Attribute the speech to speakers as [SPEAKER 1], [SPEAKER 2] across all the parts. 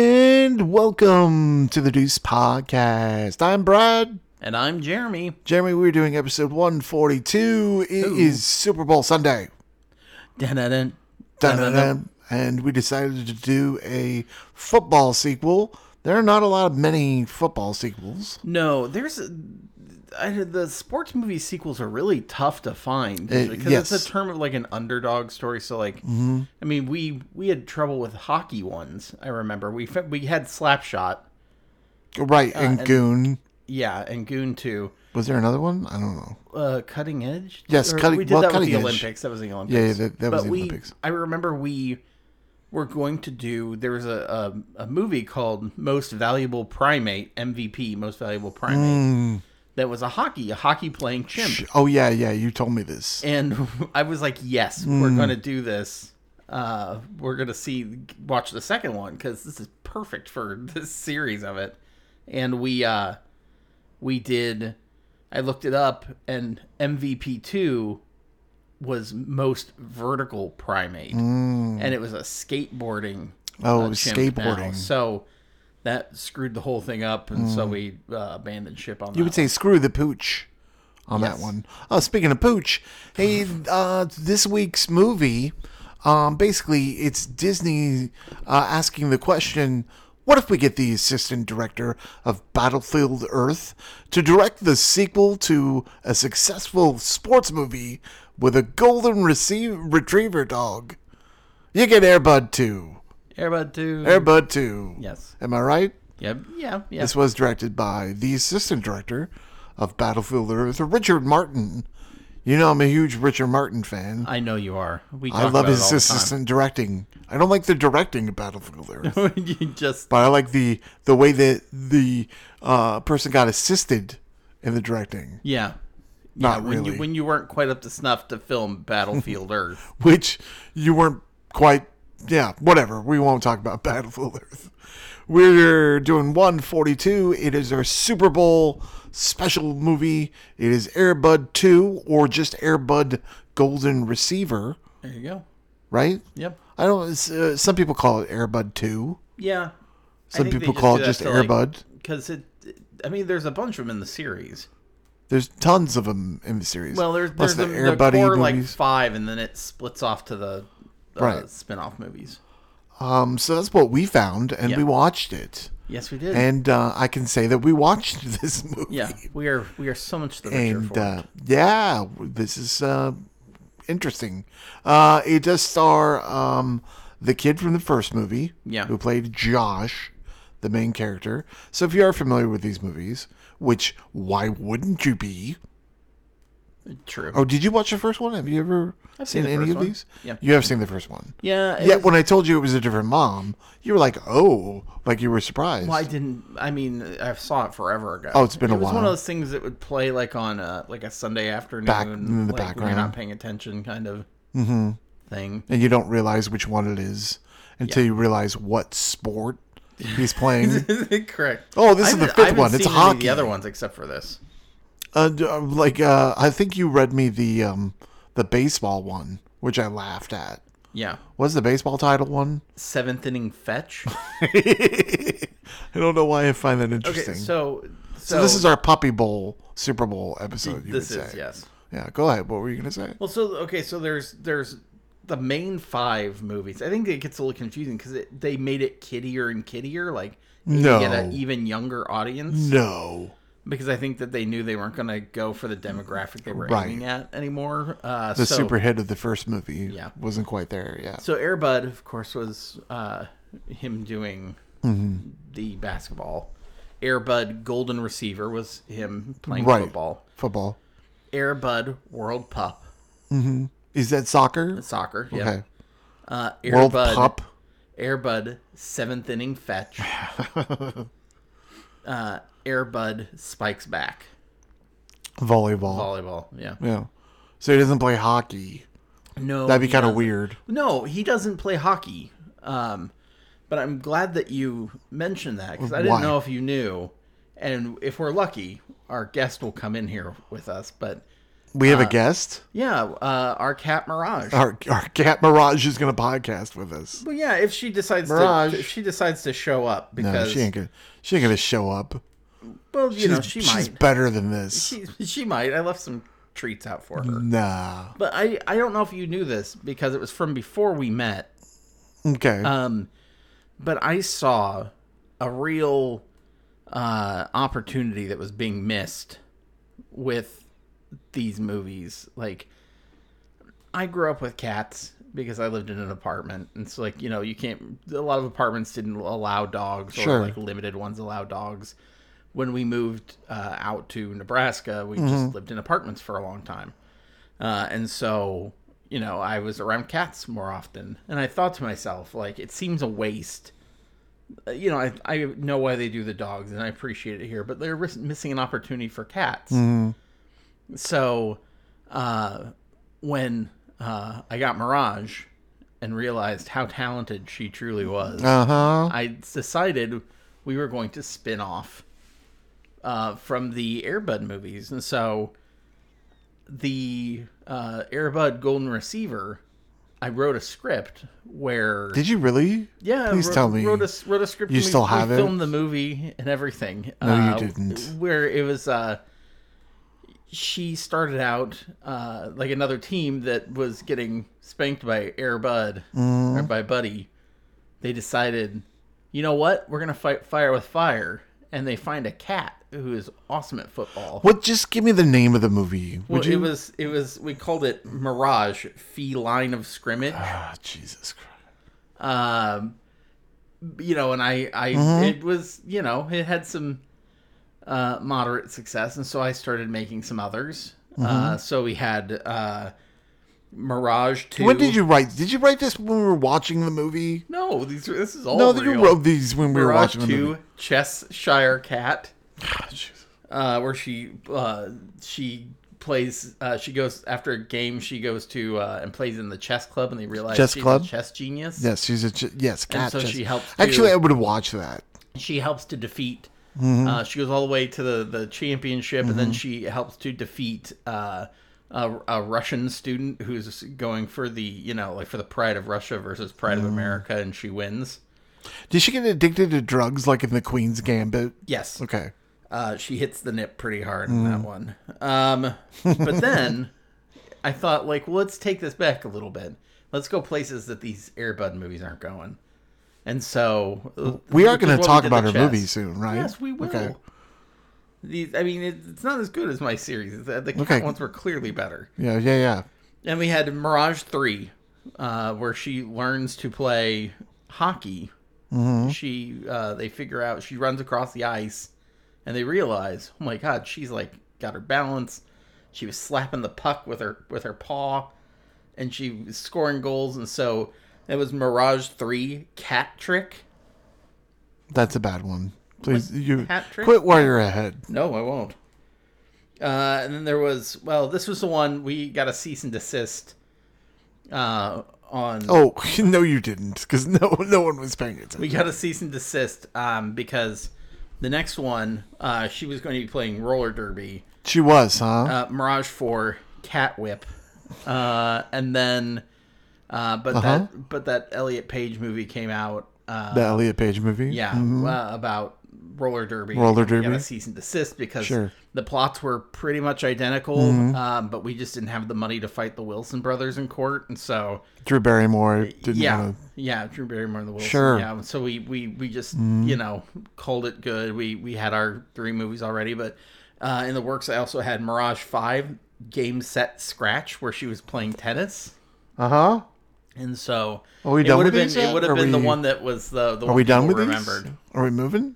[SPEAKER 1] And welcome to the Deuce Podcast. I'm Brad.
[SPEAKER 2] And I'm Jeremy.
[SPEAKER 1] Jeremy, we're doing episode 142. It is Super Bowl Sunday.
[SPEAKER 2] Dun-dun-dun.
[SPEAKER 1] Dun-dun-dun. And we decided to do a football sequel. There are not a lot of many football sequels.
[SPEAKER 2] No, there's I, the sports movie sequels are really tough to find
[SPEAKER 1] Uh,
[SPEAKER 2] because
[SPEAKER 1] yes.
[SPEAKER 2] it's a term of like an underdog story. So like, I mean, we we had trouble with hockey ones. I remember we fe- we had Slapshot,
[SPEAKER 1] Right, and,
[SPEAKER 2] Uh, and-
[SPEAKER 1] Goon.
[SPEAKER 2] yeah, and Goon too.
[SPEAKER 1] Was there another one? I don't know.
[SPEAKER 2] Uh, cutting edge.
[SPEAKER 1] Yes, Cutting-
[SPEAKER 2] We did
[SPEAKER 1] well,
[SPEAKER 2] that with
[SPEAKER 1] Cutting
[SPEAKER 2] the
[SPEAKER 1] Edge.
[SPEAKER 2] Olympics. That was the Olympics.
[SPEAKER 1] Yeah, yeah, that- that was
[SPEAKER 2] But
[SPEAKER 1] the
[SPEAKER 2] we-
[SPEAKER 1] Olympics.
[SPEAKER 2] I remember we were going to do. There was a, a a movie called Most Valuable Primate (MVP), Most Valuable
[SPEAKER 1] Mm.
[SPEAKER 2] Primate. That was a hockey, a hockey playing chimp.
[SPEAKER 1] Sh- Oh, yeah, yeah. You told me this.
[SPEAKER 2] and I was like, "Yes,
[SPEAKER 1] Hmm.
[SPEAKER 2] we're gonna do this. Uh, we're gonna see, watch the second one because this is perfect for this series of it." And we, uh, we did. I looked it up, and MVP two was most vertical primate, and it was a skateboarding.
[SPEAKER 1] Oh,
[SPEAKER 2] uh,
[SPEAKER 1] Hmm. it was
[SPEAKER 2] chimp now.
[SPEAKER 1] skateboarding. Hmm.
[SPEAKER 2] So that screwed the whole thing up, and so we uh, abandoned ship on
[SPEAKER 1] You
[SPEAKER 2] that.
[SPEAKER 1] would say screw the pooch on that
[SPEAKER 2] Yes.
[SPEAKER 1] one. Uh, speaking of pooch, hey, uh, this week's movie, um, basically, it's Disney uh, asking the question. What if we get the assistant director of Battlefield Earth to direct the sequel to a successful sports movie with a golden receive- retriever dog? You get Airbud 2.
[SPEAKER 2] Airbud two.
[SPEAKER 1] Airbud 2.
[SPEAKER 2] Yes.
[SPEAKER 1] Am I right?
[SPEAKER 2] Yep. Yeah. Yeah.
[SPEAKER 1] This was directed by the assistant director of Battlefield Earth, Richard Martin. You know, I'm a huge Richard Martin fan.
[SPEAKER 2] I know you are. We talk
[SPEAKER 1] I love
[SPEAKER 2] about
[SPEAKER 1] his
[SPEAKER 2] it all
[SPEAKER 1] assistant directing. I don't like the directing of Battlefield Earth,
[SPEAKER 2] The time. you just
[SPEAKER 1] but I like the the way that the uh, person got assisted in the directing,
[SPEAKER 2] yeah.
[SPEAKER 1] Not
[SPEAKER 2] when
[SPEAKER 1] really.
[SPEAKER 2] you when you weren't quite up to snuff to film Battlefield Earth.
[SPEAKER 1] which you weren't quite. Yeah, whatever. We won't talk about Battlefield Earth. We're doing 142. It is our Super Bowl special movie. It is Airbud 2 or just Airbud Golden Receiver,
[SPEAKER 2] There you go.
[SPEAKER 1] right?
[SPEAKER 2] Yep.
[SPEAKER 1] I don't. it's, Uh, some people call it Airbud 2.
[SPEAKER 2] Yeah.
[SPEAKER 1] Some people call it just Airbud.
[SPEAKER 2] because it. I mean, there's a bunch of them in the series.
[SPEAKER 1] There's tons of them in the series.
[SPEAKER 2] Well, there's
[SPEAKER 1] Plus
[SPEAKER 2] there's the,
[SPEAKER 1] Air
[SPEAKER 2] the
[SPEAKER 1] Buddy
[SPEAKER 2] core like
[SPEAKER 1] movies.
[SPEAKER 2] five, and then it splits off to the uh,
[SPEAKER 1] Right.
[SPEAKER 2] spin-off movies.
[SPEAKER 1] um, so that's what we found, and
[SPEAKER 2] Yeah.
[SPEAKER 1] we watched it.
[SPEAKER 2] Yes, we did.
[SPEAKER 1] And uh, I can say that we watched this movie.
[SPEAKER 2] yeah, we are we are so much the richer
[SPEAKER 1] and
[SPEAKER 2] for it.
[SPEAKER 1] uh, yeah, this is uh, interesting. Uh, it does star um, the kid from the first movie,
[SPEAKER 2] Yeah.
[SPEAKER 1] who played Josh, the main character. So if you are familiar with these movies, which why wouldn't you be?
[SPEAKER 2] True.
[SPEAKER 1] Oh, did you watch the first one? Have you ever
[SPEAKER 2] seen the
[SPEAKER 1] any
[SPEAKER 2] first
[SPEAKER 1] of
[SPEAKER 2] one.
[SPEAKER 1] these?
[SPEAKER 2] Yeah.
[SPEAKER 1] you have seen the first one.
[SPEAKER 2] yeah. it
[SPEAKER 1] Yet
[SPEAKER 2] was-
[SPEAKER 1] when I told you it was a different mom, you were like, "Oh," like you were surprised.
[SPEAKER 2] Well, I didn't. I mean, I saw it forever ago.
[SPEAKER 1] Oh, it's been a
[SPEAKER 2] it was one
[SPEAKER 1] while.
[SPEAKER 2] of those things that would play like on a like a Sunday afternoon,
[SPEAKER 1] in the
[SPEAKER 2] like when
[SPEAKER 1] background. Mm-hmm.
[SPEAKER 2] you're not paying attention, kind of thing.
[SPEAKER 1] and you don't realize which one it is until you realize what sport he's playing.
[SPEAKER 2] Correct.
[SPEAKER 1] Oh, this
[SPEAKER 2] I
[SPEAKER 1] is the
[SPEAKER 2] haven't- I
[SPEAKER 1] fifth
[SPEAKER 2] haven't
[SPEAKER 1] one. It's
[SPEAKER 2] seen any of
[SPEAKER 1] hockey.
[SPEAKER 2] The other ones, except for this.
[SPEAKER 1] Uh, d- uh, like uh, I think you read me the um, the baseball one, which I laughed at.
[SPEAKER 2] Yeah,
[SPEAKER 1] Was the baseball title one?
[SPEAKER 2] seventh inning fetch.
[SPEAKER 1] I don't know why I find that
[SPEAKER 2] Okay,
[SPEAKER 1] interesting.
[SPEAKER 2] so,
[SPEAKER 1] so,
[SPEAKER 2] so
[SPEAKER 1] this is our Puppy Bowl Super Bowl episode. You
[SPEAKER 2] this
[SPEAKER 1] would
[SPEAKER 2] is
[SPEAKER 1] say.
[SPEAKER 2] yes.
[SPEAKER 1] Yeah, go ahead. What were you gonna say?
[SPEAKER 2] Well, so okay, so there's there's the main five movies. I think it gets a little confusing because they made it kiddier and kiddier, like aiming at
[SPEAKER 1] No.
[SPEAKER 2] an even younger audience.
[SPEAKER 1] No.
[SPEAKER 2] because I think that they knew they weren't going to go for the demographic they were
[SPEAKER 1] Right.
[SPEAKER 2] aiming at anymore. Uh,
[SPEAKER 1] The
[SPEAKER 2] so,
[SPEAKER 1] super hit of the first movie
[SPEAKER 2] Yeah.
[SPEAKER 1] wasn't quite there. Yeah.
[SPEAKER 2] so Airbud, of course, was uh, him doing
[SPEAKER 1] Mm-hmm.
[SPEAKER 2] the basketball. Airbud Golden Receiver was him playing
[SPEAKER 1] Right.
[SPEAKER 2] football.
[SPEAKER 1] Football.
[SPEAKER 2] Airbud World Pup
[SPEAKER 1] Is that soccer?
[SPEAKER 2] soccer. Yeah.
[SPEAKER 1] Okay.
[SPEAKER 2] Uh,
[SPEAKER 1] World
[SPEAKER 2] Airbud
[SPEAKER 1] Cup.
[SPEAKER 2] Airbud Seventh Inning Fetch. uh, Airbud Spikes Back
[SPEAKER 1] Volleyball.
[SPEAKER 2] Volleyball. Yeah.
[SPEAKER 1] Yeah. So he doesn't play hockey.
[SPEAKER 2] No,
[SPEAKER 1] That'd be
[SPEAKER 2] Oh, he
[SPEAKER 1] kind of
[SPEAKER 2] doesn't.
[SPEAKER 1] weird.
[SPEAKER 2] No, he doesn't play hockey. Um, but I'm glad that you mentioned that because I didn't
[SPEAKER 1] Why?
[SPEAKER 2] know if you knew. And if we're lucky, our guest will come in here with us. But
[SPEAKER 1] We have a guest.
[SPEAKER 2] Yeah, uh, our cat Mirage.
[SPEAKER 1] Our our cat Mirage is going to podcast with us.
[SPEAKER 2] well, yeah, if she decides
[SPEAKER 1] Mirage.
[SPEAKER 2] to, if she decides to show up
[SPEAKER 1] No,
[SPEAKER 2] because
[SPEAKER 1] she ain't gonna. She ain't gonna show up.
[SPEAKER 2] well, you know,
[SPEAKER 1] She's-
[SPEAKER 2] she
[SPEAKER 1] she's
[SPEAKER 2] might.
[SPEAKER 1] better than this.
[SPEAKER 2] She, she might. I left some treats out for
[SPEAKER 1] Mm.
[SPEAKER 2] her.
[SPEAKER 1] nah.
[SPEAKER 2] But I, I don't know if you knew this because it was from before we met.
[SPEAKER 1] Okay.
[SPEAKER 2] Um, but I saw a real uh, opportunity that was being missed with these movies. Like, I grew up with cats because I lived in an apartment, and so like you know you can't. A lot of apartments didn't allow dogs,
[SPEAKER 1] Sure.
[SPEAKER 2] or like limited ones allow dogs. When we moved uh, out to Nebraska, we just lived in apartments for a long time. Uh, and so, you know, I was around cats more often. And I thought to myself, like, it seems a waste. Uh, You know, I, I know why they do the dogs and I appreciate it here, but they're ris- missing an opportunity for cats. So, uh, when uh, I got Mirage and realized how talented she truly was,
[SPEAKER 1] Uh huh.
[SPEAKER 2] I decided we were going to spin off uh, from the Airbud movies, and so the uh, Airbud Golden Receiver. I wrote a script where
[SPEAKER 1] Did you really?
[SPEAKER 2] yeah,
[SPEAKER 1] Please
[SPEAKER 2] wrote,
[SPEAKER 1] tell me.
[SPEAKER 2] wrote a s- wrote a script.
[SPEAKER 1] You
[SPEAKER 2] and we-
[SPEAKER 1] still
[SPEAKER 2] we
[SPEAKER 1] have it?
[SPEAKER 2] Filmed the movie and everything.
[SPEAKER 1] you
[SPEAKER 2] uh,
[SPEAKER 1] didn't.
[SPEAKER 2] Where it was. Uh, she started out uh, like another team that was getting spanked by Air Bud
[SPEAKER 1] Mm-hmm.
[SPEAKER 2] or by Buddy. They decided, you know what, we're gonna fight fire with fire, and they find a cat who is awesome at football.
[SPEAKER 1] What? Just give me the name of the movie. Would
[SPEAKER 2] Well,
[SPEAKER 1] you?
[SPEAKER 2] it was it was we called it Mirage Feline of Scrimmage.
[SPEAKER 1] Ah, Jesus Christ.
[SPEAKER 2] um you know and i i
[SPEAKER 1] Mm-hmm.
[SPEAKER 2] it was you know it had some uh moderate success and so i started making some others
[SPEAKER 1] Mm-hmm.
[SPEAKER 2] uh so we had uh mirage 2
[SPEAKER 1] When did you write? Did you write this when we were watching the movie?
[SPEAKER 2] no these are- this is all
[SPEAKER 1] No,
[SPEAKER 2] real.
[SPEAKER 1] you wrote these when we were
[SPEAKER 2] mirage
[SPEAKER 1] watching the
[SPEAKER 2] 2
[SPEAKER 1] movie.
[SPEAKER 2] chess shire cat
[SPEAKER 1] Ah, Jesus.
[SPEAKER 2] uh where she uh she plays uh she goes after a game she goes to uh and plays in the chess club and they realize
[SPEAKER 1] Chess
[SPEAKER 2] she's
[SPEAKER 1] club?
[SPEAKER 2] a chess genius
[SPEAKER 1] Yes, she's a ch- yes. Cat
[SPEAKER 2] so
[SPEAKER 1] chest-
[SPEAKER 2] she helps to-
[SPEAKER 1] Actually, I would watch that.
[SPEAKER 2] she helps to defeat. Uh, she goes all the way to the the championship, and then she helps to defeat uh, a, a Russian student who's going for the you know like for the pride of Russia versus pride of America, and she wins.
[SPEAKER 1] Did she get addicted to drugs like in the Queen's Gambit?
[SPEAKER 2] Yes,
[SPEAKER 1] Okay.
[SPEAKER 2] uh, she hits the nip pretty hard
[SPEAKER 1] Hmm.
[SPEAKER 2] in that one. Um, but then I thought, like, well, let's take this back a little bit. Let's go places that these Airbud movies aren't going. And so uh,
[SPEAKER 1] We are
[SPEAKER 2] which is
[SPEAKER 1] going
[SPEAKER 2] what
[SPEAKER 1] to talk
[SPEAKER 2] did the
[SPEAKER 1] about her
[SPEAKER 2] chess.
[SPEAKER 1] movie soon, right?
[SPEAKER 2] Yes, we will.
[SPEAKER 1] Okay.
[SPEAKER 2] These, I mean, it, it's not as good as my series. The, the cat
[SPEAKER 1] Okay.
[SPEAKER 2] ones were clearly better.
[SPEAKER 1] Yeah, yeah, yeah.
[SPEAKER 2] And we had Mirage Three, uh, where she learns to play hockey. She, uh, they figure out she runs across the ice, and they realize, oh my god, she's like got her balance. She was slapping the puck with her with her paw, and she was scoring goals. And so it was Mirage Three cat trick.
[SPEAKER 1] That's a bad one. Please, you
[SPEAKER 2] hat trick?
[SPEAKER 1] quit while you're ahead.
[SPEAKER 2] No, I won't. Uh, and then there was well, this was the one we got a cease and desist uh, on.
[SPEAKER 1] Oh no, you didn't, because no, no one was paying attention.
[SPEAKER 2] We got a cease and desist um, because the next one uh, she was going to be playing roller derby,
[SPEAKER 1] she was, huh?
[SPEAKER 2] uh, Mirage Four, Cat Whip, uh, and then uh, but that but that Elliot Page movie came out. Uh,
[SPEAKER 1] Uh-huh. the Elliot Page movie.
[SPEAKER 2] Yeah, uh, about roller derby.
[SPEAKER 1] Roller
[SPEAKER 2] We got
[SPEAKER 1] derby.
[SPEAKER 2] a cease and desist because
[SPEAKER 1] Sure. Mm-hmm.
[SPEAKER 2] the plots were pretty much identical, um, but we just didn't have the money to fight the Wilson brothers in court, and so
[SPEAKER 1] Drew Barrymore didn't
[SPEAKER 2] yeah,
[SPEAKER 1] want
[SPEAKER 2] yeah, Drew Barrymore and the Wilson.
[SPEAKER 1] Sure. Mm-hmm.
[SPEAKER 2] Yeah, so we we we just you know called it good. We we had our three movies already, but uh, in the works I also had Mirage Five, Game Set Scratch, where she was playing tennis.
[SPEAKER 1] to. Uh huh.
[SPEAKER 2] And so
[SPEAKER 1] Are we
[SPEAKER 2] it
[SPEAKER 1] done
[SPEAKER 2] would have
[SPEAKER 1] with
[SPEAKER 2] been
[SPEAKER 1] these
[SPEAKER 2] it
[SPEAKER 1] yet?
[SPEAKER 2] would have
[SPEAKER 1] Are
[SPEAKER 2] been the
[SPEAKER 1] we-
[SPEAKER 2] one that was the the
[SPEAKER 1] Are
[SPEAKER 2] one
[SPEAKER 1] we done
[SPEAKER 2] people
[SPEAKER 1] with
[SPEAKER 2] remembered.
[SPEAKER 1] these? Are we moving?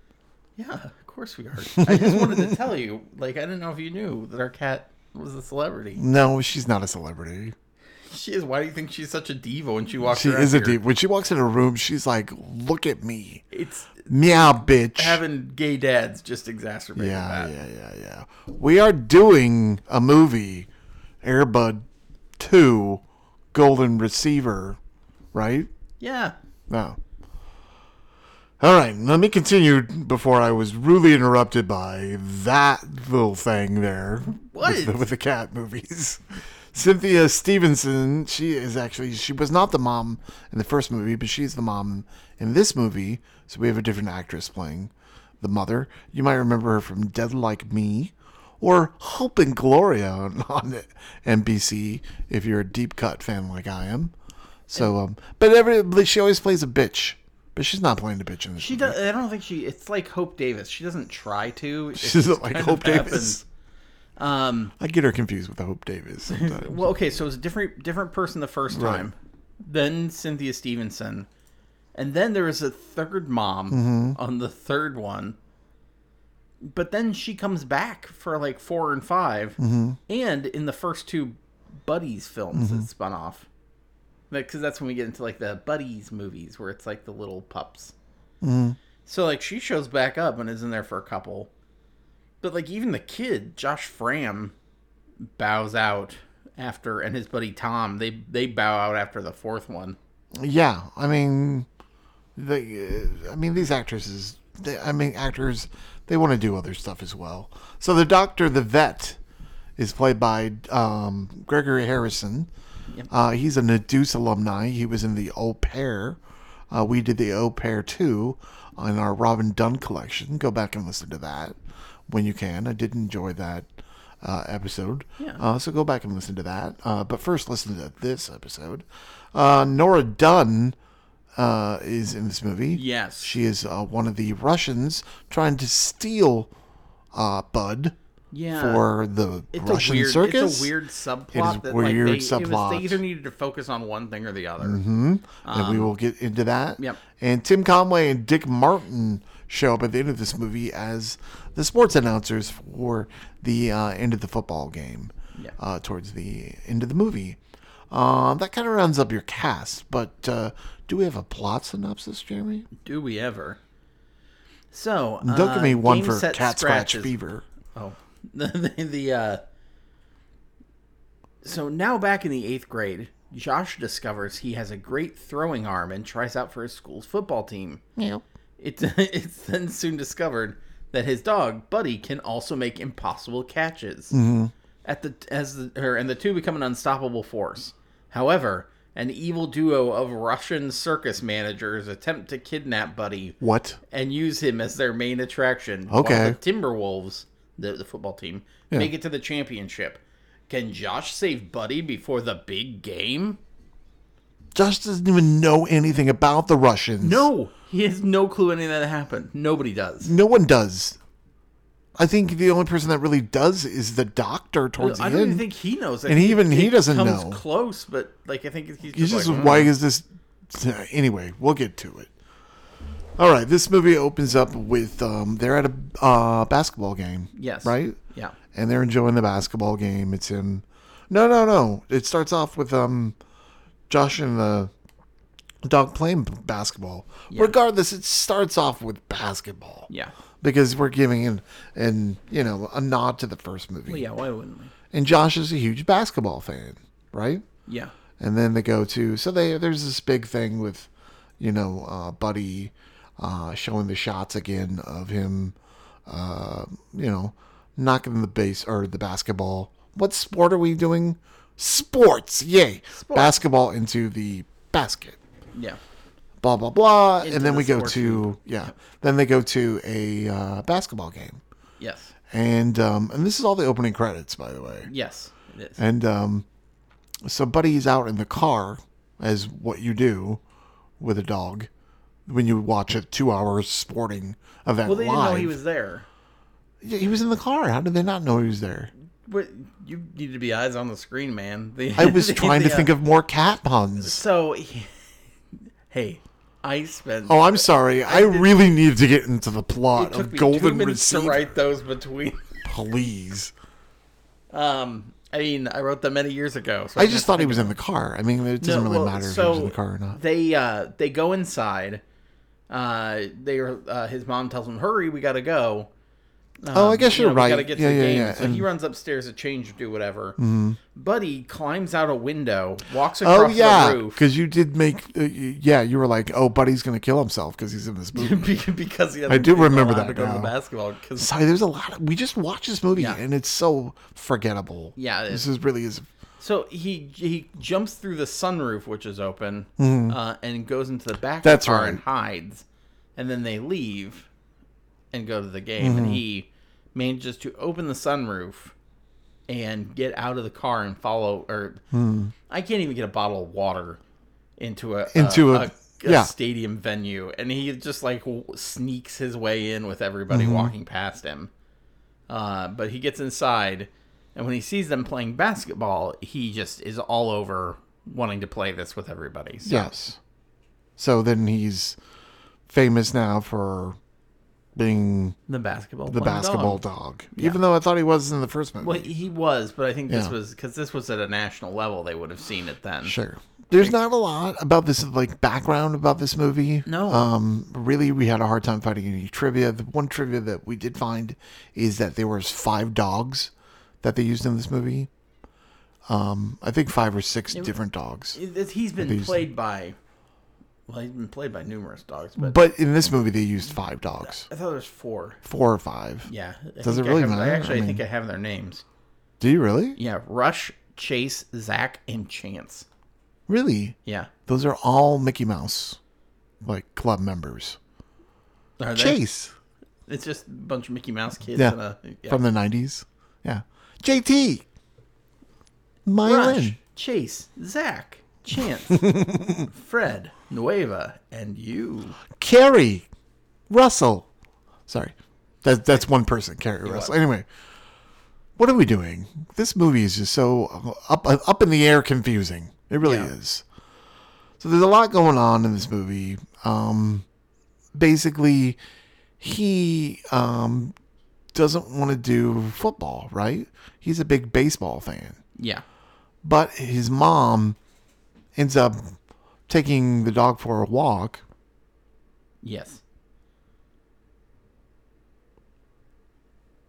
[SPEAKER 2] Yeah, of course we are. I just wanted to tell you, like, I didn't know if you knew that our cat was a celebrity.
[SPEAKER 1] No, she's not a celebrity.
[SPEAKER 2] She is. Why do you think she's such a diva when she walks
[SPEAKER 1] She
[SPEAKER 2] around
[SPEAKER 1] is a
[SPEAKER 2] here?
[SPEAKER 1] deep. When she walks in a room, she's like, "Look at me,
[SPEAKER 2] It's
[SPEAKER 1] meow, bitch."
[SPEAKER 2] having gay dads just exacerbated
[SPEAKER 1] yeah,
[SPEAKER 2] that.
[SPEAKER 1] yeah, yeah, yeah. We are doing a movie, Airbud Two, Golden Receiver, right?
[SPEAKER 2] Yeah.
[SPEAKER 1] No. All right, let me continue before I was rudely interrupted by that little thing there
[SPEAKER 2] What?
[SPEAKER 1] with the, with the cat movies. Cynthia Stevenson, she is actually she was not the mom in the first movie, but she's the mom in this movie. So we have a different actress playing the mother. You might remember her from Dead Like Me or Hope and Gloria on, on NBC if you're a deep cut fan like I am. So, um, but every but she always plays a bitch, but she's not playing a bitch in this.
[SPEAKER 2] She
[SPEAKER 1] movie.
[SPEAKER 2] does. I don't think she. It's like Hope Davis. She doesn't try to. It
[SPEAKER 1] She's
[SPEAKER 2] just
[SPEAKER 1] like
[SPEAKER 2] kind
[SPEAKER 1] Hope
[SPEAKER 2] of
[SPEAKER 1] Davis.
[SPEAKER 2] happens. Um.
[SPEAKER 1] I get her confused with Hope Davis. sometimes.
[SPEAKER 2] Well, okay, so it was a different different person the first
[SPEAKER 1] Right.
[SPEAKER 2] time, then Cynthia Stevenson, and then there was a third mom on the third one. But then she comes back for like four and 5 and in the first two buddies films that spun off, because that's when we get into like the buddies movies where it's like the little pups. So like she shows back up and is in there for a couple, but like even the kid Josh Fram bows out after, and his buddy Tom they they bow out after the fourth one.
[SPEAKER 1] Yeah, I mean, the uh, I mean these actresses. They, I mean actors. They want to do other stuff as well. So the doctor, the vet, is played by um, Gregory Harrison. Uh, he's a Nadus alumni. He was in the Au Pair. Uh, we did the Au Pair too on our Robin Dunn collection. Go back and listen to that when you can. I did enjoy that uh, episode.
[SPEAKER 2] Yeah.
[SPEAKER 1] Uh, so go back and listen to that. Uh, but first, listen to this episode. Uh, Nora Dunn uh, is in this movie.
[SPEAKER 2] Yes.
[SPEAKER 1] She is uh, one of the Russians trying to steal uh, Bud
[SPEAKER 2] Yeah.
[SPEAKER 1] for the
[SPEAKER 2] It's
[SPEAKER 1] Russian
[SPEAKER 2] a weird,
[SPEAKER 1] circus.
[SPEAKER 2] It's a weird subplot. that, like,
[SPEAKER 1] weird
[SPEAKER 2] they, It was,
[SPEAKER 1] subplot. Mm-hmm.
[SPEAKER 2] they either needed to focus on one thing or the other.
[SPEAKER 1] and we will get into that.
[SPEAKER 2] um, yep.
[SPEAKER 1] And Tim Conway and Dick Martin show up at the end of this movie as the sports announcers for the uh, end of the football game
[SPEAKER 2] Yeah.
[SPEAKER 1] uh, towards the end of the movie. Uh, that kind of rounds up your cast, but uh, do we have a plot synopsis, Jeremy?
[SPEAKER 2] Do we ever? So
[SPEAKER 1] Don't
[SPEAKER 2] uh,
[SPEAKER 1] give me one
[SPEAKER 2] game,
[SPEAKER 1] for
[SPEAKER 2] set,
[SPEAKER 1] Cat Scratch
[SPEAKER 2] scratches.
[SPEAKER 1] Fever.
[SPEAKER 2] Oh, the, the, the uh. So now back in the eighth grade, Josh discovers he has a great throwing arm and tries out for his school's football team. It's it's then soon discovered that his dog Buddy can also make impossible catches. At the as the or, and the two become an unstoppable force. However, an evil duo of Russian circus managers attempt to kidnap Buddy
[SPEAKER 1] What?
[SPEAKER 2] and use him as their main attraction.
[SPEAKER 1] Okay.
[SPEAKER 2] While the Timberwolves, the, the football team, make it to the championship. Can Josh save Buddy before the big game?
[SPEAKER 1] Josh doesn't even know anything about the Russians.
[SPEAKER 2] No, he has no clue any of that happened. Nobody does.
[SPEAKER 1] No one does. I think the only person that really does is the doctor towards the
[SPEAKER 2] I don't
[SPEAKER 1] end.
[SPEAKER 2] even think he knows.
[SPEAKER 1] And even he doesn't
[SPEAKER 2] comes
[SPEAKER 1] know.
[SPEAKER 2] Close, but like I think he's just,
[SPEAKER 1] He's just
[SPEAKER 2] like, "Mm."
[SPEAKER 1] why is this? Anyway, we'll get to it. All right, this movie opens up with um, they're at a uh, basketball game.
[SPEAKER 2] Yes.
[SPEAKER 1] Right.
[SPEAKER 2] Yeah.
[SPEAKER 1] And they're enjoying the basketball game. It's him. No, no, no. It starts off with um, Josh and the dog playing basketball. Regardless, it starts off with basketball.
[SPEAKER 2] Yeah.
[SPEAKER 1] Because we're giving an, an you know a nod to the first movie.
[SPEAKER 2] Well, yeah. Why wouldn't we?
[SPEAKER 1] And Josh is a huge basketball fan, right?
[SPEAKER 2] Yeah.
[SPEAKER 1] and then they go to so they there's this big thing with you know uh, buddy uh, showing the shots again of him uh, you know knocking the base or the basketball what sport are we doing sports yay basketball into the basket
[SPEAKER 2] Yeah.
[SPEAKER 1] blah blah blah and then
[SPEAKER 2] the
[SPEAKER 1] we go
[SPEAKER 2] sports
[SPEAKER 1] to yeah then they go to a uh, basketball game
[SPEAKER 2] Yes.
[SPEAKER 1] and um, and this is all the opening credits by the way
[SPEAKER 2] Yes. It is.
[SPEAKER 1] and um, so Buddy's out in the car, as what you do with a dog when you watch a two-hour sporting event
[SPEAKER 2] Well, they
[SPEAKER 1] live.
[SPEAKER 2] didn't know he was there.
[SPEAKER 1] Yeah, he was in the car. How did they not know he was there?
[SPEAKER 2] What you need to be eyes on the screen, man. They,
[SPEAKER 1] I was trying to think of more cat puns.
[SPEAKER 2] So, he- hey, I spent.
[SPEAKER 1] Oh, I'm sorry. I, really needed to get into the plot of
[SPEAKER 2] me
[SPEAKER 1] Golden
[SPEAKER 2] minutes
[SPEAKER 1] Receiver.
[SPEAKER 2] to write those between.
[SPEAKER 1] Please.
[SPEAKER 2] Um, I mean, I wrote them many years ago. So
[SPEAKER 1] I just thought he was in the car. I mean, it doesn't
[SPEAKER 2] No,
[SPEAKER 1] really
[SPEAKER 2] well,
[SPEAKER 1] matter if he was
[SPEAKER 2] so
[SPEAKER 1] in the car or not.
[SPEAKER 2] They uh, they go inside. Uh, they are. Uh, his mom tells him, "Hurry, we gotta go."
[SPEAKER 1] Oh, I guess
[SPEAKER 2] you know,
[SPEAKER 1] you're
[SPEAKER 2] we gotta
[SPEAKER 1] right.
[SPEAKER 2] get
[SPEAKER 1] Yeah,
[SPEAKER 2] to the
[SPEAKER 1] yeah,
[SPEAKER 2] game.
[SPEAKER 1] yeah,
[SPEAKER 2] So he
[SPEAKER 1] and- Mm-hmm.
[SPEAKER 2] runs upstairs to change or do whatever. Buddy climbs out a window, walks
[SPEAKER 1] Oh
[SPEAKER 2] across
[SPEAKER 1] yeah,
[SPEAKER 2] the roof
[SPEAKER 1] because you did make. Uh, y- yeah, you were like, "Oh, Buddy's gonna kill himself because he's in this movie."
[SPEAKER 2] be- because he.
[SPEAKER 1] I do remember that
[SPEAKER 2] To go to the
[SPEAKER 1] now.
[SPEAKER 2] basketball 'cause-
[SPEAKER 1] Sorry, there's a lot. Of, we just watched this movie
[SPEAKER 2] Yeah.
[SPEAKER 1] and it's so forgettable.
[SPEAKER 2] Yeah, it
[SPEAKER 1] this is really is.
[SPEAKER 2] So he he jumps through the sunroof, which is open, uh, and goes into the back
[SPEAKER 1] Mm-hmm. That's
[SPEAKER 2] car
[SPEAKER 1] right.
[SPEAKER 2] and hides. And then they leave and go to the game.
[SPEAKER 1] Mm-hmm.
[SPEAKER 2] And he manages to open the sunroof and get out of the car and follow. Or
[SPEAKER 1] Mm.
[SPEAKER 2] I can't even get a bottle of water into a
[SPEAKER 1] Into a- yeah.
[SPEAKER 2] stadium venue, and he just like w- sneaks his way in with everybody
[SPEAKER 1] Mm-hmm.
[SPEAKER 2] walking past him. Uh, but he gets inside, and when he sees them playing basketball, he just is all over wanting to play this with everybody. So,
[SPEAKER 1] Yes. So then he's famous now for being
[SPEAKER 2] the basketball,
[SPEAKER 1] the
[SPEAKER 2] playing
[SPEAKER 1] basketball
[SPEAKER 2] dog.
[SPEAKER 1] dog, even though I thought he was in the first movie.
[SPEAKER 2] Well, he was, but I think this
[SPEAKER 1] Yeah.
[SPEAKER 2] was because this was at a national level. They would have seen it then.
[SPEAKER 1] Sure. There's not a lot about this like background about this movie.
[SPEAKER 2] No.
[SPEAKER 1] Um really we had a hard time finding any trivia. The one trivia that we did find is that there was five dogs that they used in this movie. Um I think five or six different dogs.
[SPEAKER 2] It- it- He's been
[SPEAKER 1] These-
[SPEAKER 2] played by, well, he's been played by numerous dogs, but
[SPEAKER 1] But in this movie they used five dogs.
[SPEAKER 2] I thought there was four.
[SPEAKER 1] Four or five.
[SPEAKER 2] Yeah. I
[SPEAKER 1] Does it
[SPEAKER 2] think I
[SPEAKER 1] really
[SPEAKER 2] have- I
[SPEAKER 1] matter? I
[SPEAKER 2] actually, I
[SPEAKER 1] mean-
[SPEAKER 2] think I have their names.
[SPEAKER 1] Do you really?
[SPEAKER 2] Yeah, Rush, Chase, Zach, and Chance.
[SPEAKER 1] Really?
[SPEAKER 2] Yeah.
[SPEAKER 1] Those are all Mickey Mouse like club members.
[SPEAKER 2] Are they?
[SPEAKER 1] Chase
[SPEAKER 2] It's just a bunch of Mickey Mouse kids
[SPEAKER 1] Yeah.
[SPEAKER 2] and a yeah.
[SPEAKER 1] from the 90s. Yeah. JT. Mylan.
[SPEAKER 2] Rush, Chase, Zach, Chance, Fred, Nueva, and you.
[SPEAKER 1] Carrie Russell. Sorry. That, that's one person, Carrie Russell. Anyway, what are we doing? This movie is just so up up in the air confusing. It really
[SPEAKER 2] Yeah.
[SPEAKER 1] is. So there's a lot going on in this movie. Um, basically, he um, doesn't want to do football, right? He's a big baseball fan
[SPEAKER 2] Yeah.
[SPEAKER 1] but his mom ends up taking the dog for a walk.
[SPEAKER 2] Yes.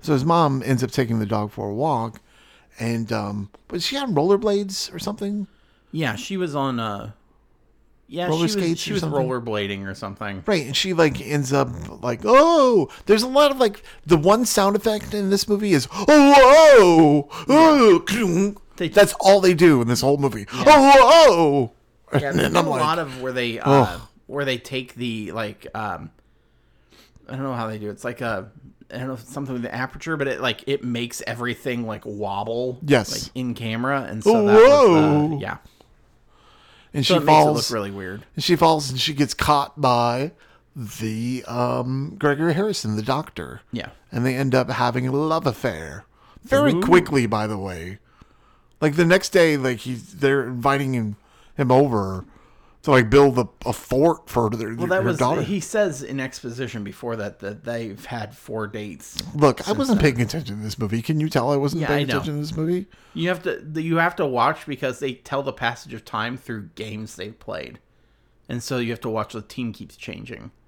[SPEAKER 1] So his mom ends up taking the dog for a walk, and um, was she on rollerblades or something?
[SPEAKER 2] Yeah, she was on uh yeah,
[SPEAKER 1] Roller
[SPEAKER 2] she was,
[SPEAKER 1] skates
[SPEAKER 2] she
[SPEAKER 1] or
[SPEAKER 2] was
[SPEAKER 1] something?
[SPEAKER 2] rollerblading or something.
[SPEAKER 1] Right, and she like ends up like oh, there's a lot of like the one sound effect in this movie is oh oh oh. kling."
[SPEAKER 2] They-
[SPEAKER 1] That's all they do in this whole movie. Oh oh.
[SPEAKER 2] Yeah,
[SPEAKER 1] And then
[SPEAKER 2] there's been
[SPEAKER 1] I'm
[SPEAKER 2] a
[SPEAKER 1] like,
[SPEAKER 2] lot of where they uh,
[SPEAKER 1] Ugh.
[SPEAKER 2] where they take the like um, I don't know how they do. it. It's like a I don't know if it's something with the aperture, but it like it makes everything like wobble.
[SPEAKER 1] Yes.
[SPEAKER 2] like in camera, and so that was
[SPEAKER 1] Whoa.
[SPEAKER 2] uh, yeah.
[SPEAKER 1] and
[SPEAKER 2] So
[SPEAKER 1] she
[SPEAKER 2] it makes it
[SPEAKER 1] falls.
[SPEAKER 2] look really weird.
[SPEAKER 1] And she falls and she gets caught by the um, Gregory Harrison, the doctor.
[SPEAKER 2] Yeah.
[SPEAKER 1] And they end up having a love affair. Very quickly, by the way. Like the next day, like he's they're inviting him him over to like build a, a fort for their,
[SPEAKER 2] Well, that
[SPEAKER 1] her
[SPEAKER 2] was
[SPEAKER 1] daughter.
[SPEAKER 2] he says in exposition before that that they've had four dates.
[SPEAKER 1] Look, I wasn't paying attention to this movie. Can you tell I wasn't
[SPEAKER 2] Yeah,
[SPEAKER 1] paying
[SPEAKER 2] I know.
[SPEAKER 1] attention to this movie?
[SPEAKER 2] You have to you have to watch because they tell the passage of time through games they've played, and so you have to watch the team keeps changing.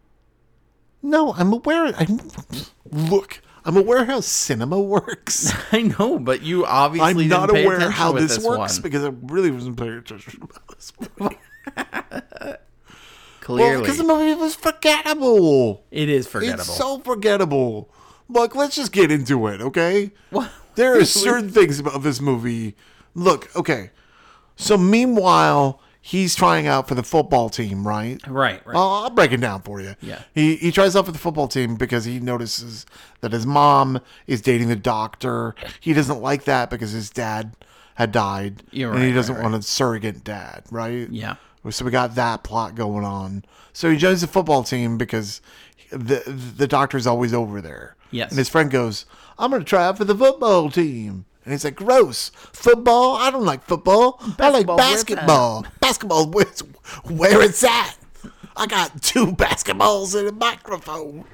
[SPEAKER 1] No, I'm aware. I'm, look, I'm aware how cinema works.
[SPEAKER 2] I know, but you obviously
[SPEAKER 1] I'm
[SPEAKER 2] didn't
[SPEAKER 1] not
[SPEAKER 2] pay
[SPEAKER 1] aware
[SPEAKER 2] attention
[SPEAKER 1] how
[SPEAKER 2] with
[SPEAKER 1] this,
[SPEAKER 2] this
[SPEAKER 1] works
[SPEAKER 2] one.
[SPEAKER 1] because I really wasn't paying attention about this movie. Well,
[SPEAKER 2] Clearly,
[SPEAKER 1] because the movie was forgettable.
[SPEAKER 2] it is forgettable.
[SPEAKER 1] It's so forgettable. Look, let's just get into it, okay?
[SPEAKER 2] What?
[SPEAKER 1] There are certain things about this movie. Look, okay. So meanwhile, he's trying out for the football team, right?
[SPEAKER 2] right, right.
[SPEAKER 1] I'll, I'll break it down for you.
[SPEAKER 2] Yeah.
[SPEAKER 1] He he tries out for the football team because he notices that his mom is dating the doctor. He doesn't like that because his dad had died,
[SPEAKER 2] You're
[SPEAKER 1] and he
[SPEAKER 2] right,
[SPEAKER 1] doesn't
[SPEAKER 2] right,
[SPEAKER 1] want a surrogate dad, right?
[SPEAKER 2] Yeah.
[SPEAKER 1] So we got that plot going on. So he joins the football team because the the doctor's always over there.
[SPEAKER 2] Yes.
[SPEAKER 1] And his friend goes, "I'm going to try out for the football team." And he's like, "Gross! Football? I don't like football. I like
[SPEAKER 2] Basketball, where's that?"
[SPEAKER 1] basketball." basketball. Where's where it's at? I got two basketballs and a microphone.